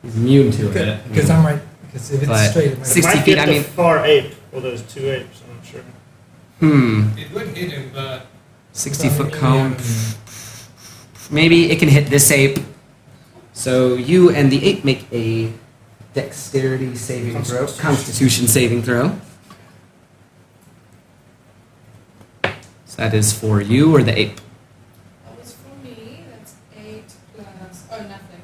A: He's immune to it.
D: Because I'm right. Because if it's
A: But
D: straight, it might.
A: six- 60
B: Might
A: feet,
B: get
A: I
B: the
A: mean-
B: far ape, or those two apes, I'm not sure.
A: Hmm.
E: It would hit him, but
A: 60 foot cone. Maybe it can hit this ape. So you and the ape make a dexterity saving throw, constitution saving throw. So that is for you or the ape.
F: That was for me. That's eight plus. Oh, nothing.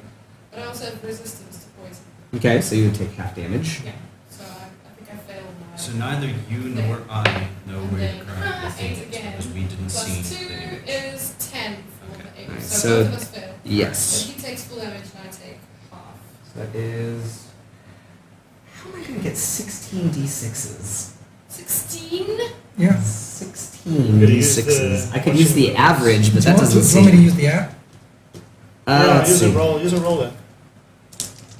F: But I also have resistance to poison.
A: Okay, so you take half damage.
F: Yeah. So I, I think I failed my.
C: So neither you nor I know where the correct thing is because we didn't
F: plus
C: see
F: two
C: anything.
F: is ten for the eight.
A: Okay.
F: So,
A: So-
F: both of us failed. So
A: Yes.
F: he takes full damage and I take half.
A: So that is. How am I going to get 16 d6s?
F: Sixteen.
D: Yeah.
A: 16
B: Could use the-
A: d6s. I could use the average, but
D: Do
A: that
D: you want- do
A: doesn't
D: you want me
A: seem.
D: to use the app?
A: Uh,
B: yeah,
A: let's
B: use
A: see.
B: a roll. Use a roll then.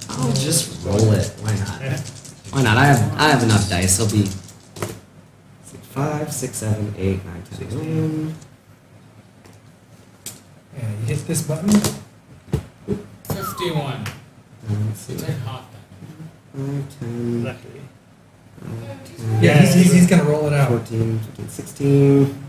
A: I'll just roll it. Why not? Why not? I have I have enough dice. It'll be six, five, six, seven, eight, nine, ten, eleven.
D: Yeah, you hit this button.
E: 51.
A: And Let's see.
E: It's like hot then.
A: Five, 10,
B: Luckily.
D: Yeah, he's, he's, he's gonna roll it out.
A: 14, 15, 16.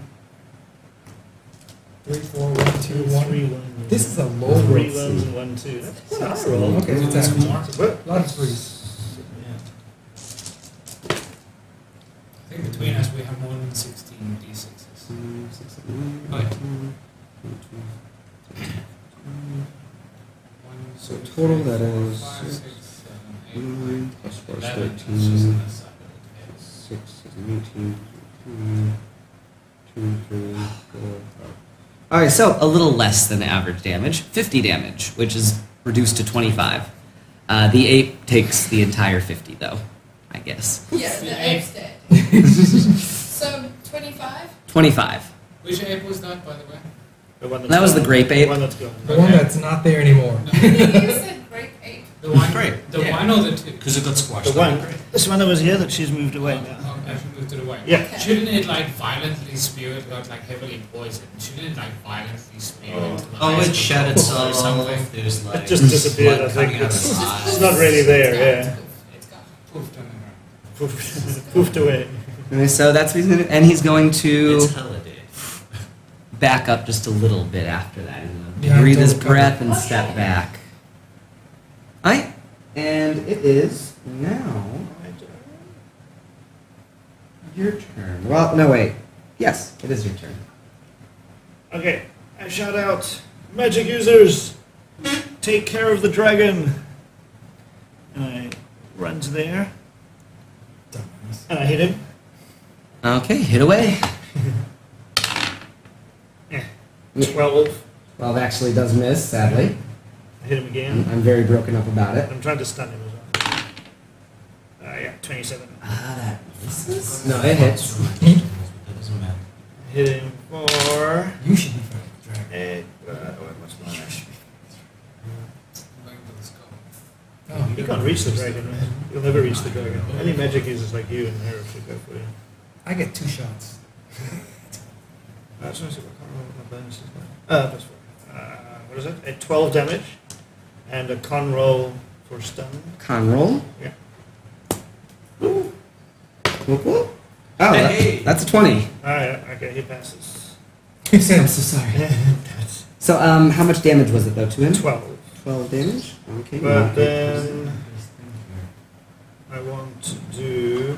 D: Three, four, one, two,
B: Three,
D: one.
B: one,
D: This is a low
B: one.
D: roll.
B: Three ones and one two. That's quite a high roll.
D: Okay, it's actually
E: more.
B: But
D: a lot of threes.
B: yeah.
E: I think between us we have more than 16 d6s.
A: Five, six, seven, eight,
E: Right.
A: nine, ten, eleven,
E: One,
A: So
E: two,
A: total
E: three,
A: that
E: four,
A: is
E: five,
A: six,
E: six, seven, eight,
A: twelve,
E: nine,
A: nine, plus four is
E: eleven. That's just
A: 13.
E: on the side of the table.
A: 6, 7, 18, 19, 2, 3, 4, 5. Alright, so a little less than the average damage 50 damage, which is reduced to 25. Uh, the ape takes the entire 50, though, I guess.
F: Yeah,
E: The
F: the
E: ape.
F: ape's dead. so 25?
A: 25.
E: Which ape was that, by the way?
B: The one
A: That was the
B: gone.
A: grape ape.
B: The one that's gone.
D: The one that's not there anymore.
F: I think you said grape ape.
E: The one,
C: Great,
E: the
C: yeah.
E: one or the two?
C: Because it got squashed.
B: The
C: up.
B: one. This one that was here that she's moved away now.
E: Oh, I should move to the white.
B: Yeah.
E: Shouldn't it like violently spew? It got like heavily poisoned. Shouldn't it like violently spew
B: Oh.
E: into the
C: Oh,
E: eyes
C: it
E: of
C: shed
E: the
C: itself or
E: or something?
C: something. There's like
B: It just disappeared,
C: blood
B: I think.
C: coming out of
B: It's-
C: its
B: It's
C: eyes.
B: not really there,
F: It's
B: yeah.
F: gone, It's gone.
E: Poofed on the ground.
B: Poofed poofed away.
A: Okay, so that's what he's gonna, and he's going to
C: It's hella dead.
A: back up just a little bit after that. and
D: Yeah,
A: breathe his
D: don't
A: breath and
F: Okay.
A: step back. Alright, and it is now your turn. Well, no, wait. Yes, it is your turn.
B: Okay, I shout out, magic users, take care of the dragon. And I run to there,
D: Dumbass.
B: and I hit him.
A: Okay, hit away. Yeah.
B: Twelve.
A: Well, it actually does miss, sadly.
B: I hit him again.
A: I'm very broken up about it.
B: I'm trying to stun him as well. Uh, yeah, 27.
A: Ah, that misses. No, it hits.
C: That doesn't matter.
B: Hit him for.
D: You should be fucking dragon.
B: Eight, uh, oh, what's my
E: I'm going to the skull.
D: Oh,
B: You can't reach the dragon, man. You'll never reach the dragon. Any magic users like you and her should go for you.
D: I get two shots.
B: Uh, so let's see, I can't remember what my bonus is now. Uh, plus four. Uh, what is it? A 12 damage and a con roll for stun.
A: Con roll.
B: Yeah.
A: Ooh. Whoop, whoop. Oh, that-
C: Hey.
A: that's a 20.
B: Alright, okay, he passes.
A: I'm so sorry.
B: That's
A: So, um, how much damage was it, though, to him?
B: 12.
A: 12 damage. Okay.
B: But
A: not eight.
B: then I want to do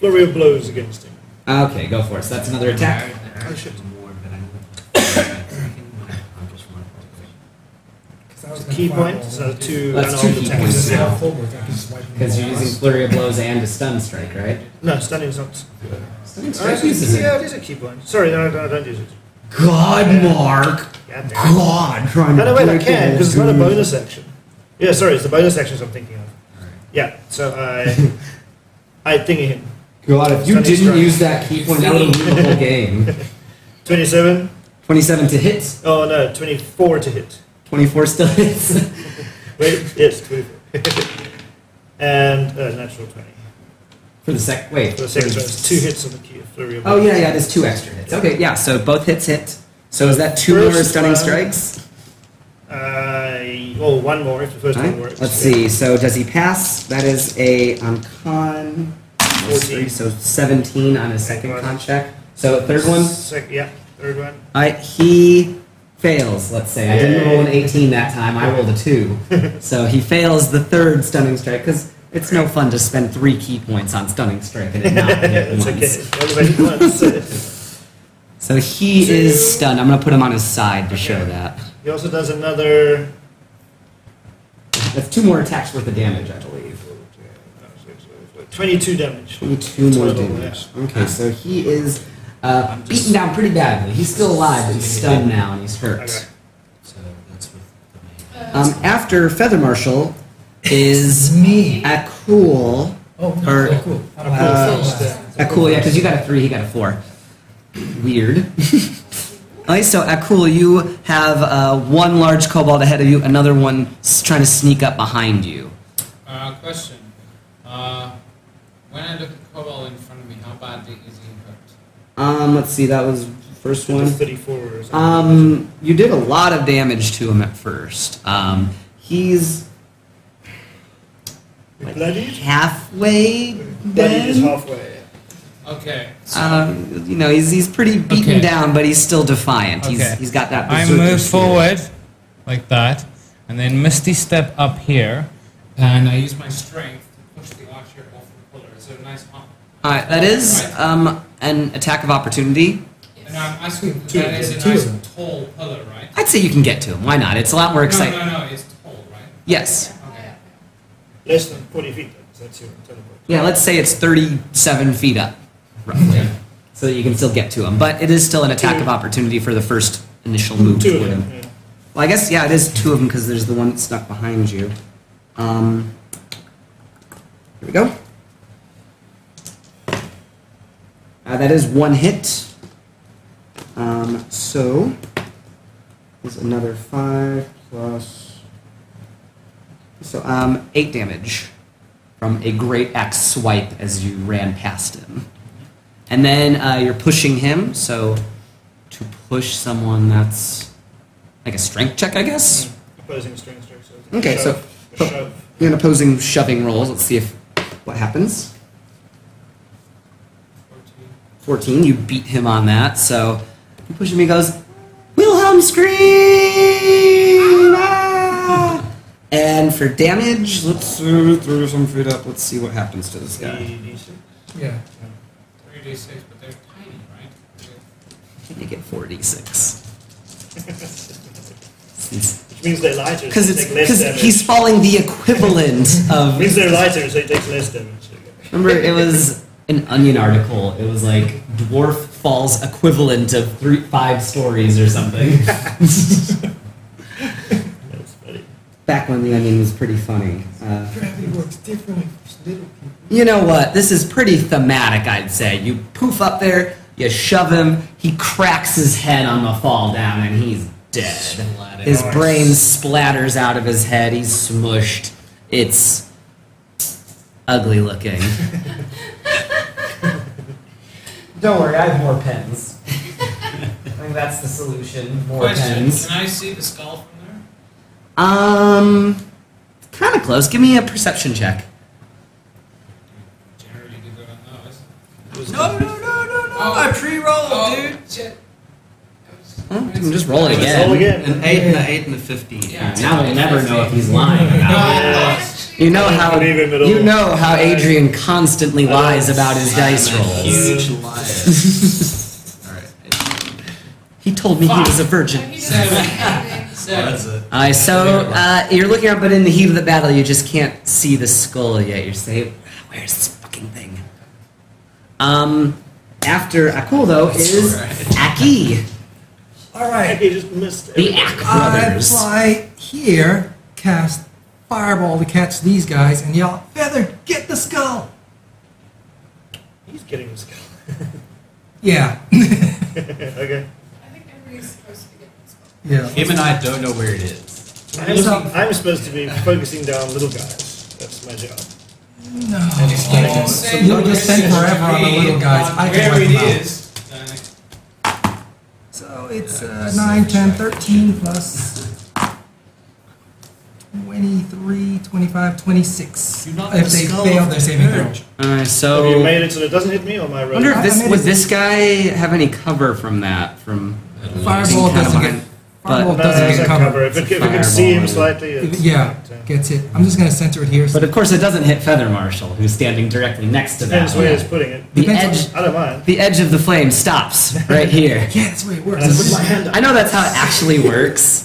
B: flurry of blows against him.
A: Okay, go for it. So that's another attack.
B: Oh,
C: I should more, but I I'm just one.
D: Because I was
B: It's a
D: gonna
B: key
D: fireball
B: point,
D: him.
B: so two
A: That's
B: unarmed
A: two key
B: attacks.
A: points
D: Because it's
A: now.
D: not forward, I can just wipe him
A: Because you're
D: all
A: using
D: out.
A: flurry of blows and a stun strike, right?
B: No, stunning is not.
A: Stun
B: Oh,
A: strike
B: it's
A: uses
B: a- yeah,
A: it.
B: it is a key point. Sorry, no, no, I don't use it.
A: God, Mark.
B: God damn it.
A: God, trying
B: No, no, wait, I
A: break
B: can,
A: it,
B: because it's not a
A: dude.
B: bonus action. Yeah, sorry, it's the bonus actions I'm thinking of. Yeah, so I. I thingy him.
A: God, if you
B: Stunning
A: didn't
B: strike.
A: use that key point, that would have won the whole game.
B: 27.
A: 27 to hit.
B: Oh no, 24 to hit.
A: 24 still hits.
B: Wait, yes, 24. and uh, natural 20.
A: For the sec. Wait.
B: For the second it's two hits on the key. Flurry of
A: Oh, yeah, yeah, there's two extra hits. Okay, yeah, so both hits hit. So is that two
B: First
A: more stunning
B: one.
A: strikes?
B: Uh, well, one more if the first
A: Alright,
B: one works.
A: Let's see. So does he pass? That is a um, con. plus three,
B: 14.
A: So 17 on his second
B: Right.
A: con check. So third one.
B: Sec- yeah, third one.
A: I, he fails, let's say. I didn't roll an 18 that time, I rolled a 2. so he fails the third stunning strike, because it's no fun to spend three key points on stunning strike and it not hit
B: it's
A: once.
B: okay. Only made once.
A: So he
B: Two.
A: is stunned. I'm going to put him on his side to show
B: Okay.
A: that.
B: he also does another.
A: That's two more attacks worth of damage, I believe.
B: 22 damage.
A: 22 more
B: Total,
A: damage. Okay, so he is uh, beaten down pretty badly. He's still alive, but he's stunned now and he's hurt.
B: Okay.
C: So that's with the main.
F: Uh,
A: Um, after Feather Marshal is
D: me.
A: at Cool.
D: Oh, no,
A: Or-
D: cool, cool. I'm
A: Uh,
D: out.
A: Ah, cool, yeah, because you got a three, he got a four. Weird. Okay, so Akul, you have uh, one large kobold ahead of you, another one s- trying to sneak up behind you.
E: Uh, question. Uh, when I look at Cobalt in front of me, how badly is he hurt?
A: Um, let's see, that was first
B: Did a
A: one.
B: 34 or something.
A: Um, you did a lot of damage to him at first. Um, he's
B: You
A: like
B: bloodied?
A: halfway
B: Bloodied is
A: dead.
B: halfway.
E: Okay. So
A: Um, you know, he's, he's pretty beaten
E: Okay.
A: down, but he's still defiant. He's,
E: Okay.
A: he's got that.
E: I
A: berserker
E: move
A: spirit.
E: forward like that, and then Misty step up here, and I use my strength to push the archer off the pillar. Is it a nice hump?
A: All right, that is
E: Right.
A: um, an attack of opportunity.
F: Yes.
E: And I'm asking
D: Two,
E: that is
D: two
E: a
D: of
E: nice
D: them.
E: tall pillar, right?
A: I'd say you can get to him. Why not? It's a lot more
E: No,
A: exciting.
E: no, no, it's tall, right?
A: Yes.
E: Okay.
B: Less than 40 feet, then, so that's your teleport.
A: Yeah, let's say it's 37 feet up, roughly.
E: Okay.
A: So you can still get to him. But it is still an attack of opportunity for the first initial move
B: Two
A: toward
B: of
A: him.
B: them. Yeah.
A: Well, I guess, yeah, it is two of them because there's the one stuck behind you. Um, here we go. Uh, that is one hit. Um, so, is another five plus. So, um, eight damage from a great axe swipe as you ran past him. And then uh, you're pushing him, so to push someone that's like a strength check, I guess.
B: Mm. Opposing strength strike. So it's a
A: Okay, so-
B: shove, a shove.
A: You're an opposing shoving rolls. Let's see if what happens.
E: 14.
A: 14, you beat him on that, so you push him, he goes, Wilhelm scream! Ah! And for damage, let's uh, throw some feet up. Let's see what happens to this guy.
B: 3d6.
D: Yeah.
E: 3d6, but they're tiny, right? They're-
A: Can you get 4d6?
B: Which means they're lighter, so
A: Because
B: they
A: it's
B: take less
A: because
B: damage.
A: he's falling the equivalent of.
B: means they're lighter, so it takes less damage.
A: Remember, it was an Onion article. It was like dwarf falls equivalent of three, five stories or something.
B: That's funny.
A: Back when the Onion was pretty funny. Uh,
D: Gravity works differently for little people.
A: you know what? This is pretty thematic, I'd say. You poof up there, you shove him, he cracks his head on the fall down, and he's dead.
H: Splat it.
A: His brain splatters out of his head. He's smushed. It's ugly looking. Don't worry, I have more pens. I think that's the solution. More
E: Question,
A: pens.
E: can I see the skull from there?
A: Um, kind of close. Give me a perception check.
E: Generally do good on those.
H: No, no, no, no, no!
E: Oh.
H: I pre-rolled, dude.
E: shit.
A: Well, you can just roll it again.
B: Roll again.
H: An eight and an eight and a fifteen.
E: Yeah.
A: Now we'll never know if he's lying or not.
B: Uh,
A: You know how
B: Believe him at all.
A: you know how Adrian constantly
B: I don't-
A: lies about his dice
H: I'm a
A: rolls.
H: Huge liar. All right.
A: He told me he was a
F: No,
A: virgin.
F: he doesn't say anything.
E: Seven.
H: it.
A: Uh, so uh, you're looking up, but in the heat of the battle, you just can't see the skull yet. You're saying, "Where's this fucking thing?" Um, after Akul though is Aki,
D: All right.
B: He just missed
A: the
B: everything.
A: Ak brothers.
D: I fly here, cast fireball to catch these guys, and yell, "Feather, get the skull!"
B: He's getting his skull.
D: Yeah.
B: okay.
F: I think everybody's supposed to be getting this one.
D: Yeah.
H: Him and I don't know where it is.
B: I'm,
D: Looking-
B: I'm supposed to be focusing down little guys. That's my job.
D: No.
E: just like to say
D: You'll
E: where
D: just
E: it
D: spend
E: is.
D: forever on the little guys. I can
E: Where
D: wipe
E: it
D: them out.
E: is, then I-
D: So it's uh, 9, 10, 13 plus 23, 25, 26.
H: Do not
D: If they
H: skull
D: fail
H: of
D: their
H: the
D: saving throw.
H: purge.
A: Uh,
B: Have you
A: so
B: made it so it doesn't hit me or my
A: I wonder
B: roll?
A: if this would this guy have any cover from that from
D: Fireball
A: Kinda
D: doesn't
A: behind.
D: get, fireball
A: But-
D: doesn't
B: it's
D: get
B: not
D: covered.
B: If it, if it can see him slightly, it's
D: If- Yeah,
B: fine, so.
D: gets it. I'm just going to center it here.
A: But of course, it doesn't hit Feather Marshal, who's standing directly next to that.
B: Depends where he's putting it.
A: The
D: Depends
A: edge,
B: I don't mind.
A: the edge of the flame stops right here.
D: yeah, that's the way it works.
B: I put my hand
A: I know that's how it actually works.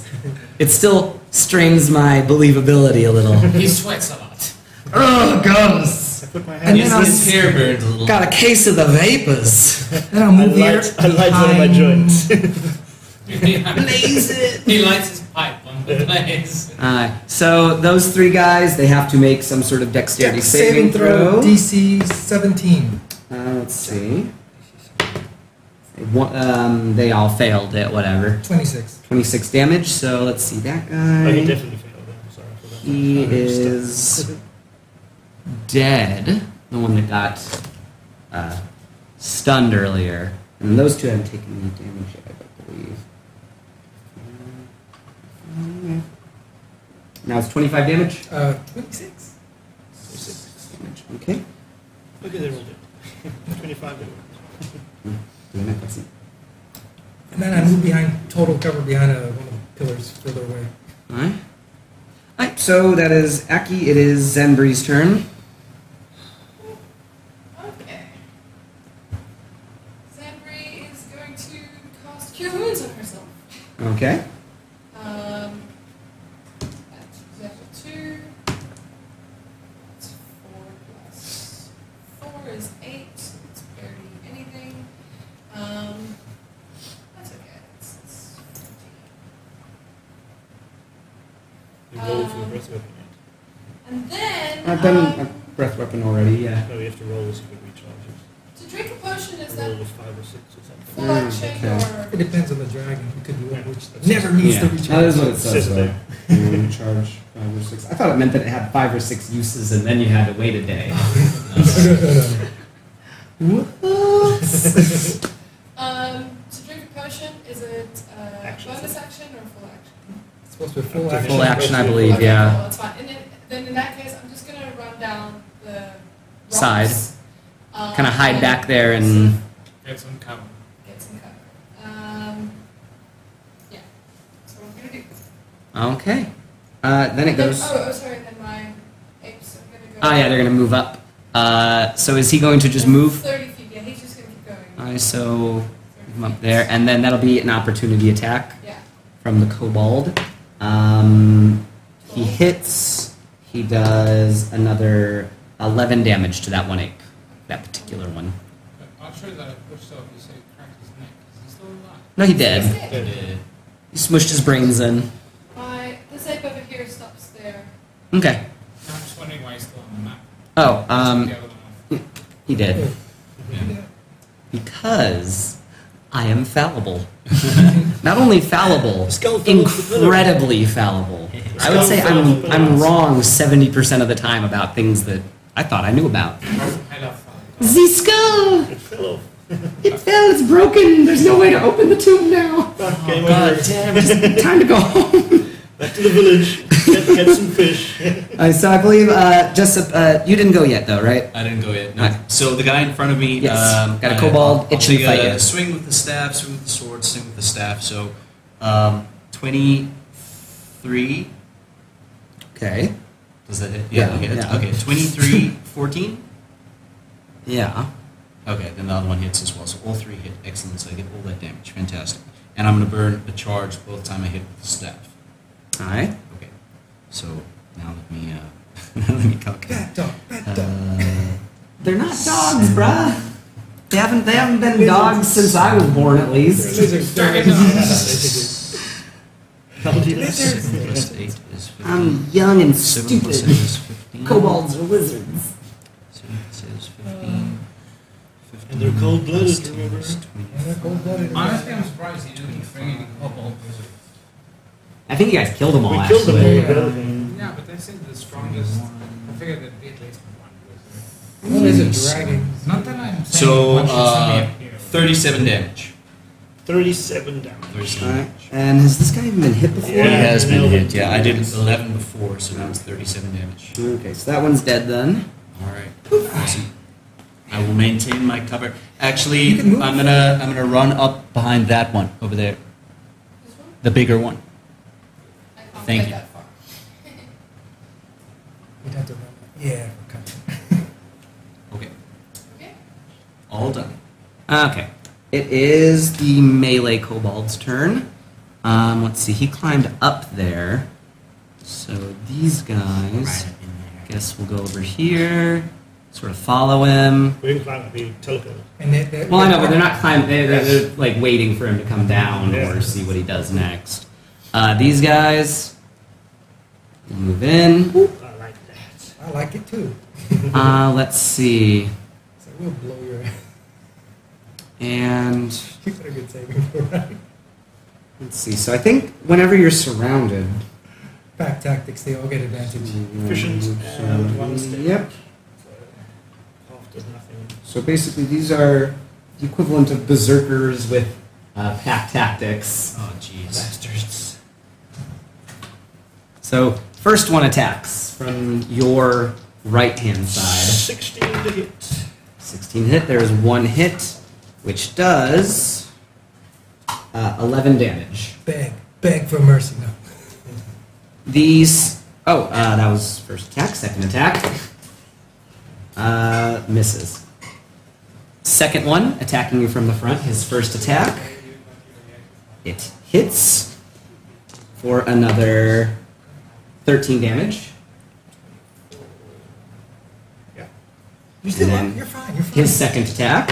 A: It still strains my believability a little.
E: He sweats a lot.
A: oh, ghosts!
B: Put my hand
D: And then I'll,
H: His hair burns a little.
A: Got a case of the vapors.
D: then I'll
B: I
D: move here.
B: light, I light one of my
D: behind-
B: joints.
A: Blaze it!
E: He lights his pipe on the blaze.
A: Uh, so those three guys, they have to make some sort of dexterity
D: Dex
A: saving, throw.
D: DC 17.
A: Uh, let's see. They One, um, they all failed at whatever.
D: 26.
A: 26 damage, so let's see that guy.
B: Oh, he definitely failed. I'm sorry for that.
D: Mm.
A: He
B: I understand.
A: is dead. The one that got uh, stunned earlier. And those two haven't taken any damage yet, I believe. Uh, Now it's 25 damage.
D: Uh, 26?
A: damage. Okay.
B: Look at they rolled it. 25 they rolled.
A: Damn it, that's it.
D: And then I move behind, total cover behind uh one of the pillars further away.
A: Alright. Alright, so that is Aki. It is Zenbri's turn.
F: Okay. Zambri is going to cast Cure Wounds on herself.
A: Okay.
F: Um, that's level two. That's four plus four is eight. so It's barely anything. Um, that's okay. It's, it's 15.
B: You roll for the
F: Um,
B: breath weapon.
F: and then
A: I've done
F: um,
A: a breath weapon already, yeah.
B: right? No, you have to roll this if it recharges.
F: to drink a potion is
B: Roll
F: that
B: with five or six or something.
F: full action
A: Mm,
D: It depends on the dragon. You could do it, which
B: Yeah.
D: never needs
A: Yeah.
D: to
A: That is
D: recharge.
A: what it says.
B: Says
A: though.
B: there.
A: You know, you charge five or six. I thought it meant that it had five or six uses, and then you had to wait a day. What?
F: Um, to drink a potion, is it uh,
B: Action.
F: bonus action or full action?
D: It's supposed to be full action.
A: Full action, I believe. yeah.
F: Well, Oh, that's fine. And then, then in that case, I'm just going to run down the rocks,
A: Side.
F: um,
A: kind of hide
F: and
A: back there and
E: Get some cover.
F: Get some cover. Um, yeah. So I'm going to do.
A: okay. Uh, then it goes.
F: Oh, oh, sorry. Then my apes are going to go.
A: Oh yeah, they're gonna move up. Uh, so is he going to just move?
F: 30 feet. Yeah, he's just going to keep going.
A: I so
F: 30
A: move him up
F: feet.
A: there, and then that'll be an opportunity attack
F: Yeah.
A: from the kobold. Um, he
F: Cool.
A: hits. He does another eleven damage to that one ape, that particular one.
E: But I'm sure that I pushed off, you say cracked his neck. Is he still alive?
A: No, he did.
F: That's it.
A: He smushed his brains in.
F: My, this ape over here stops there.
A: Okay.
E: I'm just wondering why he's still on the map.
A: Oh,
E: The
A: um,
E: other one off.
A: he did
E: Yeah.
A: because I am fallible. Not only fallible,
B: Skull fellows with little-
A: incredibly fallible. I would say I'm I'm wrong seventy percent of the time about things that I thought I knew about.
E: I love fun.
A: The skull,
B: It fell off.
A: it fell. It's broken. There's no way to open the tomb now.
B: Fuck,
D: Oh,
B: game
A: God
B: over.
A: damn! It's time to go home.
B: Back to the village. Get, get some fish.
A: Uh, so I believe uh, Jessup, uh, you didn't go yet though, right?
C: I didn't go yet. No.
A: Alright.
C: So the guy in front of me.
A: Yes.
C: Um,
A: Got a
C: I-
A: kobold
C: I'll
A: itching to
C: take
A: fight
C: a
A: you.
C: Swing with the staff. Swing with the sword. Swing with the staff. So, um, twenty-three.
A: Okay.
C: Does that hit?
A: Yeah,
C: okay,
A: yeah.
C: okay. 23, 14?
A: Yeah.
C: Okay, then the other one hits as well. So all three hit. Excellent. So I get all that damage. Fantastic. And I'm going to burn a charge both time I hit with the staff.
A: All right.
C: Okay. So now let me uh, now let me calculate.
D: Bad dog, bad dog.
C: Uh,
A: They're not dogs, bruh. They haven't they haven't been dogs since I was born, at least.
D: Lizard dog.
C: seven plus eight is fifteen.
A: I'm young and
C: seven plus eight
A: stupid.
C: is fifteen.
A: Kobolds are wizards.
C: Seven plus eight is fifteen.
B: And they're cold-blooded,
C: plus two
B: remember?
C: is twenty.
D: And they're cold-blooded.
E: Honestly, I'm surprised he didn't bring any kobold wizard.
A: I think you guys killed them all.
B: we killed
A: actually.
B: them all.
D: Yeah.
B: but-
E: Yeah, but they seem the strongest. I figured there'd be at least one wizard.
D: What is a dragon?
E: Not that I'm saying
C: So,
E: one should
C: uh,
E: suddenly appear.
C: Thirty-seven damage.
B: 37 down.
C: Thirty-seven.
A: Alright.
C: damage.
A: And has this guy even been hit before?
B: Yeah,
C: he has been
B: nailed
C: hit.
B: it.
C: Yeah, I did eleven before, so that was thirty-seven damage.
A: Okay, so that one's dead then.
C: All right. Awesome. I will maintain my cover. Actually,
D: You can move.
C: I'm gonna I'm gonna run up behind that one over there,
F: This one?
C: the bigger one.
F: I can't
C: Thank
F: get
C: you.
F: that far.
D: We'd have to run. Yeah, okay.
C: Okay.
F: Okay.
C: All done.
A: Ah, Okay. It is the melee kobold's turn. Um, let's see, he climbed up there. So these guys,
C: Right in
A: I guess we'll go over here, sort of follow him.
B: We didn't climb up, we teleported.
D: And they, they,
A: Well, I know, but they're not climbing. They're, they're, they're like waiting for him to come down or see what he does next. Uh, these guys will move in.
B: I like that.
D: I like it too.
A: Uh, let's see.
D: So we'll blow your ass.
A: And
D: You got a good saving throw, right?
A: let's see. So I think whenever you're surrounded,
D: Pack tactics, they all get advantage.
B: Efficient
A: Mm.
B: and one mistake.
A: Yep.
B: So, half does nothing.
A: So basically, these are the equivalent of berserkers with uh, pack tactics.
C: Oh, jeez.
B: Bastards.
A: So first one attacks from your right hand side.
B: 16 to hit.
A: 16 hit. There is one hit, which does uh, 11 damage.
D: Beg, beg for mercy. No.
A: These. Oh, uh, that was first attack. Second attack. Uh, misses. Second one, attacking you from the front. His first attack. It hits for another 13 damage.
D: You're still
A: And
D: up. You're fine. You're fine.
A: His second attack.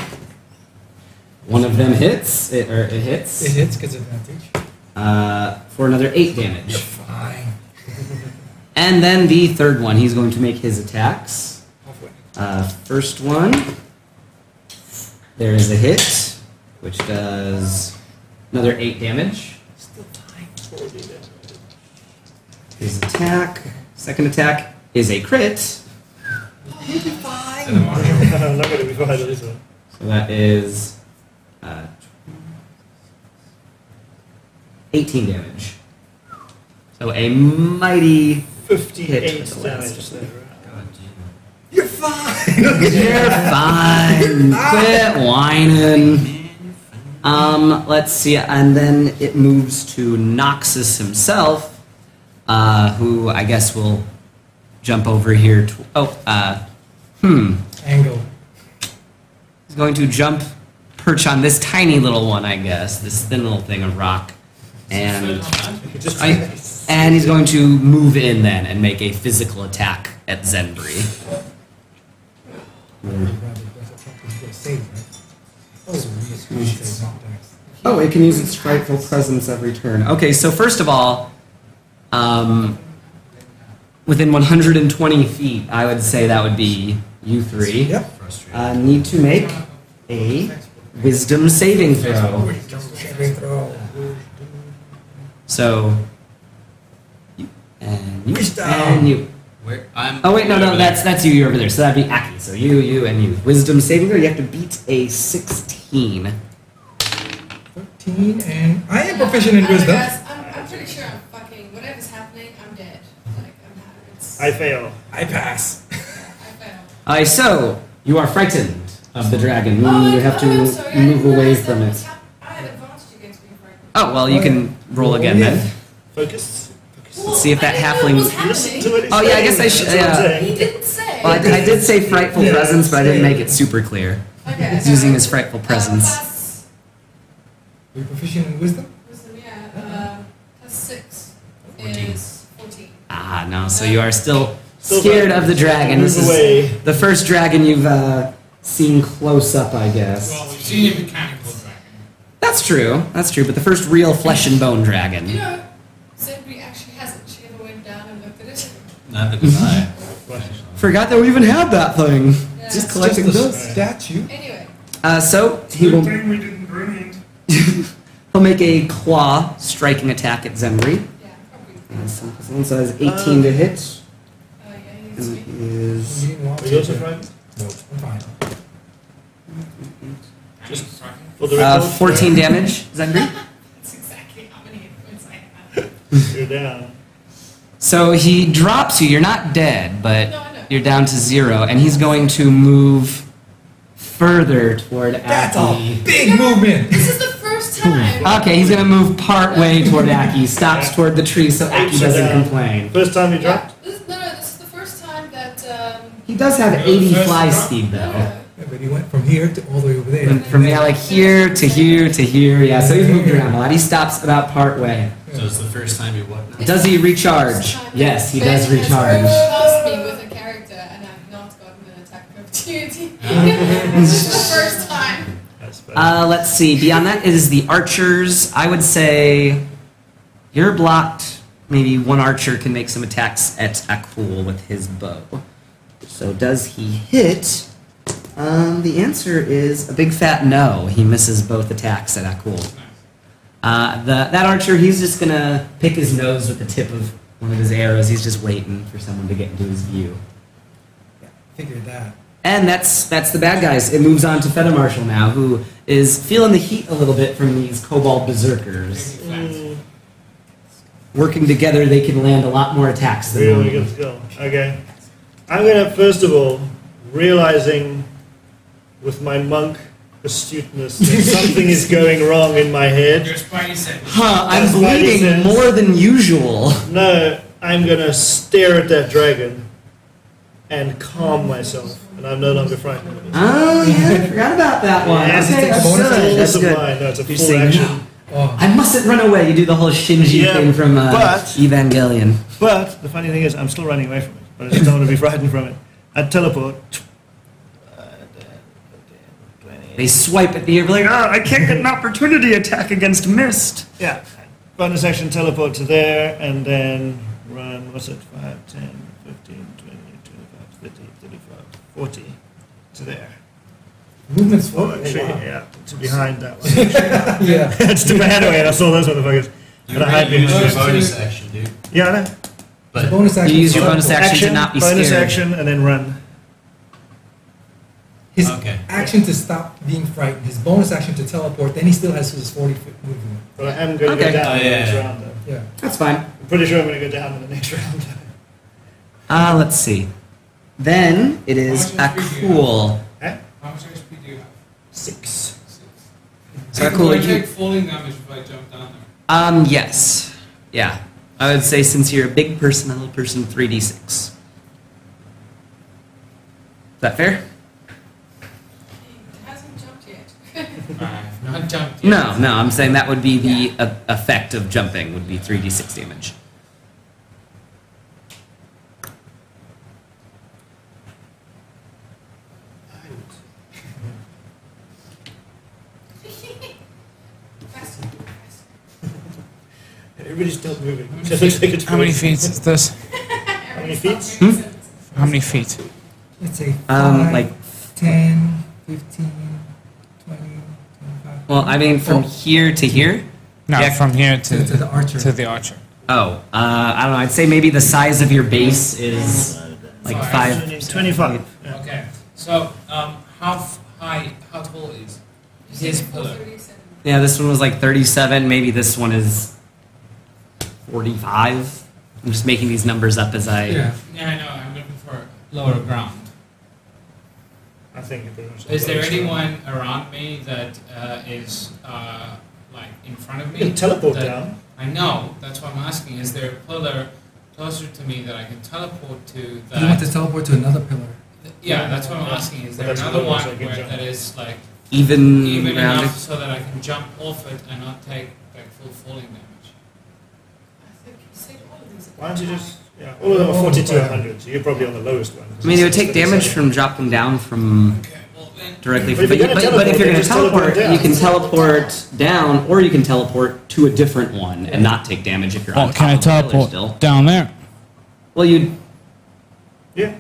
A: One of them hits. It, or it
D: It
A: hits.
D: hits, gets advantage.
A: Uh, for another 8 damage.
D: You're fine.
A: And then the third one, he's going to make his attacks.
D: Halfway.
A: Uh, first one, there is a hit, which does another 8 damage.
D: Still fine.
A: His attack, second attack is a crit, so
D: You'll be fine.
E: To the marshal.
B: I'm not going to be quiet on this one.
A: that is uh, 18 damage. So a mighty.
B: 58
A: Hit with the last.
B: damage there.
C: God damn.
D: You're fine.
A: You're fine. Quit whining. Um, let's see, and then it moves to Noxus himself, uh, who I guess will jump over here. To, oh, uh, hmm.
D: Angle.
A: He's going to jump, perch on this tiny little one, I guess, this thin little thing of rock, and I- and he's going to move in then and make a physical attack at Zenbri. Mm.
D: Rather, that's a check, you get a save, right? Oh,
A: Mm.
D: we should save, not dex.
A: Oh, it can use its frightful presence every turn. Okay, so first of all, um, within 120 feet, I would say that would be you three.
D: Yep.
C: Frustrating.
A: Uh, need to make a wisdom saving throw.
D: Saving throw.
A: So, you- and you,
D: Wisdom.
A: and you.
C: Where I'm.
A: Oh wait, no, no,
C: over
A: that's
C: there.
A: that's you. You're over there. So that'd be Aki. So you, you, and you. Wisdom saving throw. You have to beat a 16.
D: 13, and I am proficient in wisdom.
F: Guys, I'm, I'm pretty sure I'm fucking. Whatever's happening, I'm dead. Like, I'm not. It's,
B: I fail.
D: I pass.
F: I failed.
A: I so you are frightened of the
D: Um,
A: dragon, meaning
F: Oh,
A: you have to
F: I'm sorry, I
A: move
F: didn't
A: away
F: realize that
A: from
F: was
A: it.
F: hap- I had advantage against being frightened.
A: Oh well, you can roll again
D: Oh,
A: then.
B: Focus. Focus.
F: Well,
A: see if that
F: I didn't know
A: halfling-
F: what was
B: Listen to
F: happening.
B: what he's
A: Oh, yeah, I guess I
B: saying,
A: should-
B: that's what I'm
A: yeah.
F: He
B: saying.
F: didn't say.
A: Well, I did, I did say frightful
B: Yeah.
A: presence, but I didn't make it super clear.
F: Okay,
A: He's using
F: so,
A: his frightful presence.
F: Uh, plus,
D: You're proficient in wisdom?
F: wisdom, yeah, uh, plus six is fourteen.
A: Ah, no. So you are still
B: Still
A: scared of the dragon.
B: Move
A: This is
B: away.
A: the first dragon you've uh, seen close up, I
E: Well,
A: guess.
E: we've seen a mechanical dragon.
A: That's true. That's true. But the first real flesh and bone
F: You
A: dragon.
F: know, Zenbri actually hasn't. She ever went down and looked at it.
C: Neither did I.
A: Forgot that we even had that thing. Just collecting
D: Just a
A: dust.
D: statue.
F: Anyway,
A: Uh, so he
G: Good
A: will
G: thing we didn't bring it.
A: he'll make a claw striking attack at Zemri.
F: yeah, probably.
A: One size 18 to hit.
F: Oh, yeah, he's
A: and it
F: sweet.
A: is-
D: You didn't want
B: Are you
D: to.
B: also frightened?
D: No, I'm fine.
B: Just-
E: Just fucking.
B: For the
A: Uh,
B: record,
A: 14 damage, Zendri.
F: That's exactly how many hit points I have.
B: You're down.
A: So he drops you. You're not dead, but
F: No, I know.
A: you're down to zero, and he's going to move further toward
D: That's
A: Aki.
D: a big movement.
F: This is the first time.
A: Okay, he's going to move part way toward Aki. Stops toward the tree so Aki doesn't complain.
B: First time you
F: Yeah,
B: dropped?
F: this, no, no, this is the first time that. Um,
A: He does have 80 fly speed though.
D: Yeah, but he went from here to all the way over there.
A: From- From yeah, like here to here to here, yeah. So he's moved around a lot. He stops about part way.
C: So it's the first time you what now?
A: Does he recharge? Yes, he does recharge.
F: Trust me with a character, and I've not gotten an attack of opportunity. this is the first time.
B: That's bad.
A: Uh, let's see. Beyond that is the archers. I would say you're blocked. Maybe one archer can make some attacks at Akul with his bow. So does he hit? Um, the answer is a big fat no. He misses both attacks at Akul. Uh, the, that archer, he's just gonna pick his nose with the tip of one of his arrows. He's just waiting for someone to get into his view.
D: Figured that.
A: And that's that's the bad guys. It moves on to Feta Marshal now, who is feeling the heat a little bit from these Cobalt Berserkers.
E: Flat.
A: Working together, they can land a lot more attacks than
B: Really
A: one.
B: good skill. Okay. I'm gonna first of all, realizing with my monk astuteness that something is going wrong in my head.
E: Your spidey sense.
A: Huh, I'm
B: That's why he
A: bleeding
B: says-
A: more than usual.
B: No, I'm gonna stare at that dragon and calm myself, and I'm no longer frightened. of it.
A: Oh, yeah, I forgot about that one. Okay,
B: Yeah,
D: it's a
A: that's
D: bonus
A: good,
D: action.
A: that's
B: It's a
A: good.
B: blind, no, it's a
A: You're
B: full
A: saying,
B: action.
A: "No,
D: Oh,
A: I mustn't run away. You do the whole Shinji
B: Yeah,
A: thing from uh,
B: but-
A: Evangelion.
B: But the funny thing is, I'm still running away from it, but I just don't want to be frightened from it. I teleport.
A: They swipe at the air, like,
G: Ah, I can't get an opportunity attack against mist.
B: Yeah. Bonus action teleport to there and then run, what's it, 5, 10, 15, 20, 25, 30, 35, 40 to there.
D: movement's
B: Oh,
D: forward.
B: actually,
D: Oh, wow.
B: yeah, to behind that one.
D: Yeah.
B: it's to behind away, and I saw those motherfuckers.
C: You
B: And I hide
C: really used
B: behind.
C: your
E: behind.
C: bonus action, dude.
B: Yeah, I know.
C: But
D: Bonus
A: oh,
D: action.
A: you use your
D: forward.
A: bonus action, to not be
B: bonus
A: scared.
B: action, and then run.
D: His
C: Okay.
D: action to stop being frightened. His bonus action to teleport. Then he still has his forty foot movement.
B: But I am going to
A: Okay.
B: go down
C: Oh,
B: in the next
C: yeah.
B: round, though.
D: Yeah.
A: That's fine.
B: I'm pretty sure I'm going to go down in the next round.
A: Uh, let's see. Then it is
E: How much is three
A: Akul.
E: How much HP do you have?
B: Six.
E: Six.
A: So
E: Do
A: cool,
E: I
A: you-
E: take falling damage if I jump down there?
A: Um, yes. Yeah. I would say since you're a big person, a little person, 3d6. Is that fair?
F: He hasn't jumped yet.
E: I've not jumped yet.
A: No, no, I'm saying that would be the uh, effect of jumping, would be 3d6 damage.
F: Faster, faster.
B: Everybody's still moving. It looks like it's
E: is this?
B: How many feet?
A: Hmm?
E: How many feet?
D: Let's say
A: Um,
D: five,
A: like,
D: 10, 15, 20, 25.
A: well, I mean, from
D: Oh,
A: here to here?
E: No,
A: Yeah.
E: from here
D: to, to the archer.
E: the archer.
A: Oh, uh, I don't know. I'd say maybe the size of your base is like
E: Five.
A: five.
B: 20, 25. Yeah.
E: Okay, so um, how f- high, how tall is his
A: uh,
E: pillar?
A: Yeah, this one was like 37. Maybe this one is 45. I'm just making these numbers up as I.
E: Yeah, I know. I'm looking for lower ground.
B: I think it pretty much
E: Is there anyone around me that uh, is uh, like in front of
B: You
E: me?
B: can teleport
E: that-
B: down.
E: I know. That's what I'm asking. Is there a pillar closer to me that I can teleport to? That
D: You want to teleport to another pillar.
E: yeah, that's what I'm asking. Is
B: But
E: there
B: that's
E: another
B: close,
E: one
B: I can
E: where
B: jump.
E: that is like
A: Even,
E: even
A: rounded.
E: enough so that I can jump off it and not take like full falling damage?
B: Why don't you just. Yeah, all of them are 40 to
D: Oh,
B: 100, so you're probably on the lowest one.
A: I mean, it would take
B: It's
A: damage
B: 37.
A: from dropping down from
E: Okay. Well then.
A: directly.
B: But if
A: But,
B: you're
A: you-
B: gonna
A: but, but if
B: teleport,
A: you're
B: then
A: going to
B: just teleport
A: teleport,
B: down.
A: you can teleport down, or you can teleport to a different one and not take damage if you're
E: Uh,
A: on top of the pillar still.
E: down there?
A: Well, you.
B: Yeah,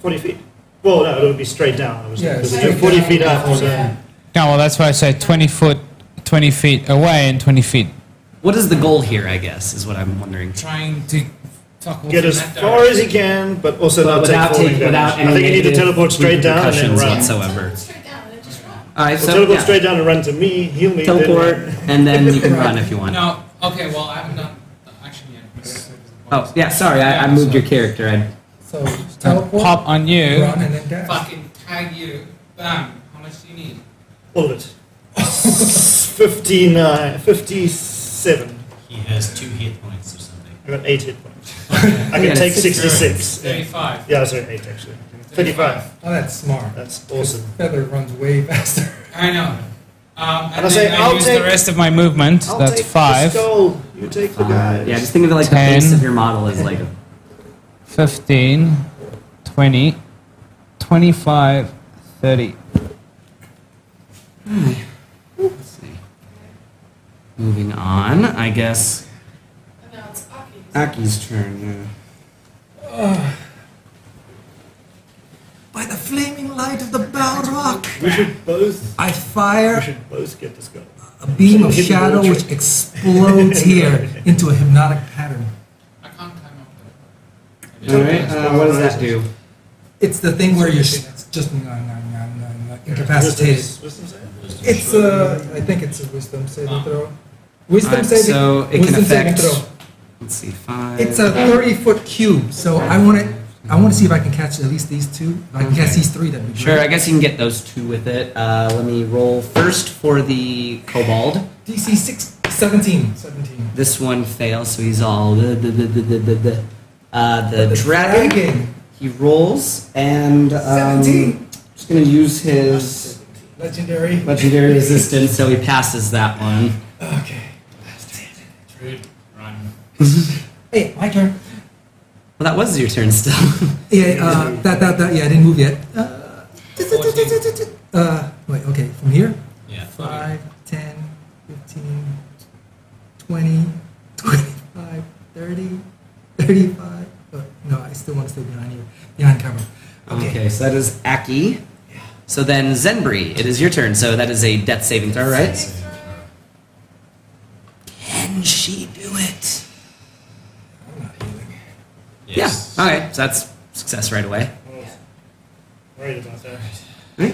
B: 40 feet. Well, no, it would be straight down. I was
D: Yeah,
B: because if
D: straight
B: you're 40
D: down.
B: feet up, so
F: Yeah.
E: No, well that's why I say 20 foot, 20 feet away and 20 feet.
A: What is the goal here? I guess is what I'm wondering.
E: Trying to tackle
B: get as far as you can, but also
A: But
B: not
A: without
B: take falling
A: taking-
B: damage.
A: without any
B: I think you need to
A: negative
B: teleport straight down and then
A: repercussions
B: run.
A: whatsoever.
B: Well,
F: Straight down and then just run.
A: All right, so
B: teleport
A: yeah.
B: straight down and run to me, heal me. then-
A: teleport, and then you can run if you want.
E: No, okay, well, I haven't done the action yet.
A: Oh, yeah, sorry, I, I moved your character. I,
D: So teleport,
E: on you.
D: run, and then dash.
E: Fucking tag you. Bam. How much do you need?
B: All of it. 59, 57.
C: He has two hit points or something.
B: I got 8 hit points. I can
A: Yeah,
B: take
A: it's
B: 66. Yeah.
E: 35.
B: Yeah, sorry, 8 actually. 35.
D: Oh, that's smart.
B: That's awesome.
D: Feather runs way faster.
E: I know. Um,
B: And
E: and
B: I say,
E: then I
B: I'll
E: use
B: take-
E: the rest of my movement.
B: I'll
E: That's
B: take the
E: five.
B: skull. You take the guy.
A: yeah, just think of it like the
E: Ten.
A: base of your model is like a
E: 15, 20, 25, 30.
A: Let's see. Moving on, I guess.
F: And now it's Aki's.
A: Aki's turn.
D: By the flaming light of the Balrog.
B: We should both.
I: I
B: We
I: fire
B: should both get the skull.
I: a beam of shadow which explodes here into a hypnotic pattern.
E: I can't climb up there.
A: All right. Uh, what does that do?
I: It's the thing where you're s- just nah, nah, nah, nah, nah, incapacitated.
B: Wisdom save?
I: It's
D: uh, I think it's a wisdom saving throw. Wisdom
A: Alright,
D: saving.
A: so it can
D: wisdom saving
A: affect.
D: throw.
A: Let's see, five.
I: It's a 30 foot cube, so I want to I want to see if I can catch at least these two. If I can catch these three, that'd be great.
A: Sure, I guess you can get those two with it. Uh, let me roll first for the kobold.
I: DC six, 17.
D: 17.
A: This one fails, so he's all. The, the, the, the, the, the, the. Uh, the dragon. He rolls and. Um,
D: 17.
A: Just gonna use his
D: Legendary.
A: legendary resistance, so he passes that one.
D: Okay.
A: Uh,
E: Druid, run.
I: Hey, my turn.
A: Well, that was your turn still.
I: Yeah, uh, that, that, that, yeah, I didn't move yet. Uh, Uh, wait, okay, from here?
C: Yeah.
I: 5, 10, 15, 20, 25, 30, 35. Oh, no, I still want to stay behind here, behind cover.
A: okay. so that is Aki. So then Zenbri, it is your turn. So that is a death saving throw, right?
F: Saving throw.
A: Can she do it?
D: I'm not healing.
C: Yes.
A: Yeah. All right. So that's success right away.
B: I was worried about that.
A: Right,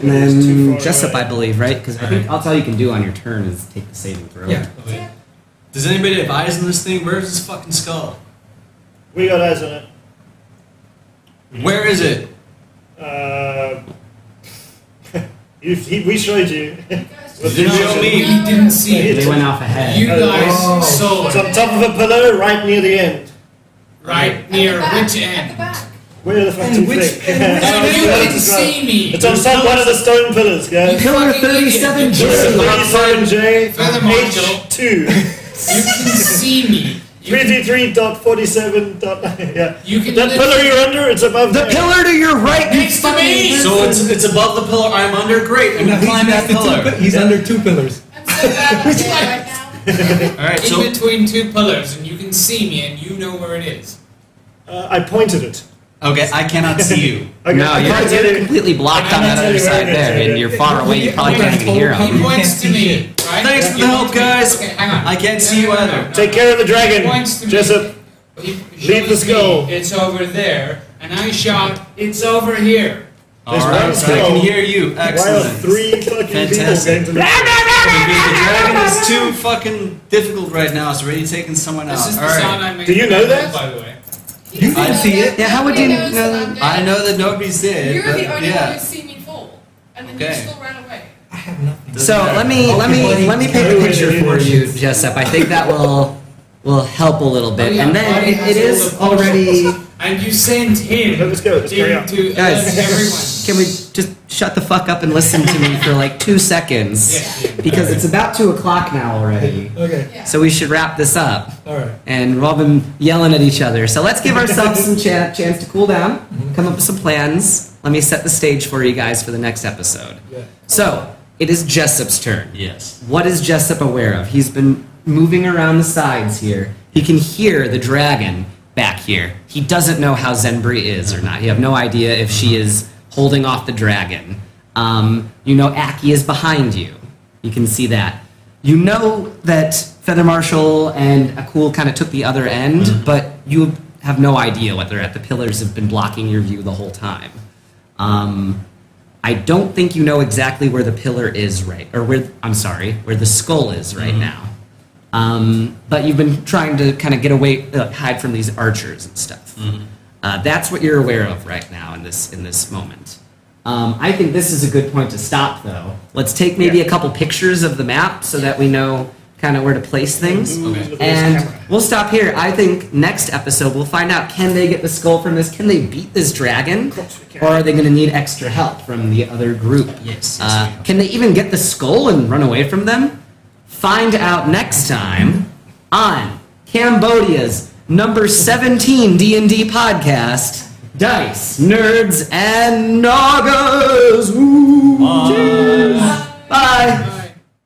A: and
B: It's too
A: then
B: far
A: Jessup,
B: away.
A: I believe, right? uh, Because I think that's all you can do on your turn is take the saving throw.
I: Yeah.
C: Wait. Does anybody have eyes in this thing? Where's this fucking skull?
B: We got eyes on it.
C: Where is it?
B: Uh, you, he, we showed you.
F: You guys
B: Well,
F: just-
B: did you
F: No.
B: only-
E: We didn't see it.
A: They went off ahead.
E: You guys
I: Oh.
E: saw
B: It's
E: it
B: on top of a pillar right near the end.
E: right
F: At the
E: near
F: back,
E: which
F: At the
E: end?
F: back.
B: Where the fuck
I: And
B: do you
I: which-
B: think?
I: and which-
B: It's on top
E: No, you
B: of
E: didn't
B: the
E: see
B: stone-
E: me.
B: It's on top one of the stone pillars, guys.
A: Pillar
E: Fucking
A: 37
E: idiot.
A: J.
B: J
E: Furthermore, Joe-
B: H2.
E: You can see me. You, can-
B: 333.47.9. Yeah.
E: you can
B: That pillar
E: literally-
B: you're under, it's above
A: The
B: there.
A: pillar to your right, you
E: Next to
A: fucking
E: me!
A: lizard.
C: So it's it's above the pillar I'm under. Great, I'm
I: No,
C: gonna
I: he's
C: climb that
I: after two
C: pillar.
I: pi- He's under two pillars.
F: I'm so glad I'm here right now.
C: All right,
E: in
C: so
E: between two pillars, and you can see me, and you know where it is.
B: Uh, I pointed it.
C: okay, I cannot see you.
B: Okay,
A: No,
B: I
A: you're,
B: can't
A: you're
B: tell you-
A: completely blocked on that other side there, and you're far away. You probably can't even hear
E: He
A: him.
I: You
E: points
I: can't
E: to
I: see
E: me,
I: shit.
E: right?
C: Thanks for
E: He
C: the help,
E: points to me.
C: guys.
E: Okay, hang on.
C: I can't see you either.
B: Take care of the dragon.
E: He points to me.
B: Jessup.
E: He shows
B: Leave the skull.
E: me, It's over there, and I shout, "It's over here."
C: All
B: There's
C: right,
B: one
C: so I
B: skull.
C: can hear you.
B: Why are
C: Excellent.
B: three fucking people going
C: Fantastic.
B: to
C: Because the dragon is too fucking difficult right now. It's already taking someone out.
E: This is
C: All
E: the sound
C: right.
E: I make.
B: Do you know that?
E: By the way,
I: You
F: He
I: can
F: knows
I: see
F: that.
I: it.
A: Yeah, how would
F: He
A: you
F: knows
A: know
F: that I'm
C: I
F: dead.
C: know that nobody's dead,
F: You're
C: but
F: the only one
C: yeah.
F: who's seen me fall, and then
C: Okay.
F: you still ran away.
I: I have nothing.
A: So let me let me let me paint a picture for you, Jessup. I think that will will help a little bit. And then it, it is already.
E: and you sent him.
B: Let's go, let's
E: to,
B: carry on.
E: to
A: Guys.
E: alert everyone.
A: Can we just shut the fuck up and listen to me for like two seconds?
E: Yes, Ian.
A: Because it's about two o'clock now already.
I: Okay,
F: Yeah.
A: So we should wrap this up.
I: alright.
A: and Robin yelling at each other. So let's give ourselves some cha- chance to cool down, come up with some plans. Let me set the stage for you guys for the next episode.
I: Yeah.
A: So it is Jessup's turn.
C: Yes.
A: What is Jessup aware of? He's been moving around the sides here. He can hear the dragon back here. He doesn't know how Zenbri is or not. You have no idea if she is holding off the dragon. Um, you know Aki is behind you. You can see that. You know that Feather Marshal and Akul kind of took the other end, but you have no idea what they're at. The pillars have been blocking your view the whole time. Um, I don't think you know exactly where the pillar is right, or where I'm sorry, where the skull is right now. Um, but you've been trying to kind of get away, uh, hide from these archers and stuff. Uh, that's what you're aware of right now in this in this moment. Um, I think this is a good point to stop, though. Let's take maybe a couple pictures of the map so that we know kind of where to place things.
B: Okay.
A: And we'll stop here. I think next episode we'll find out can they get the skull from this? Can they beat this dragon? Or are they going to need extra help from the other group?
H: Yes. yes,
A: Uh, can they even get the skull and run away from them? Find out next time on Cambodia's number 17 D&D podcast, Dice, Nerds, and Nagas. Ooh, cheers. Bye.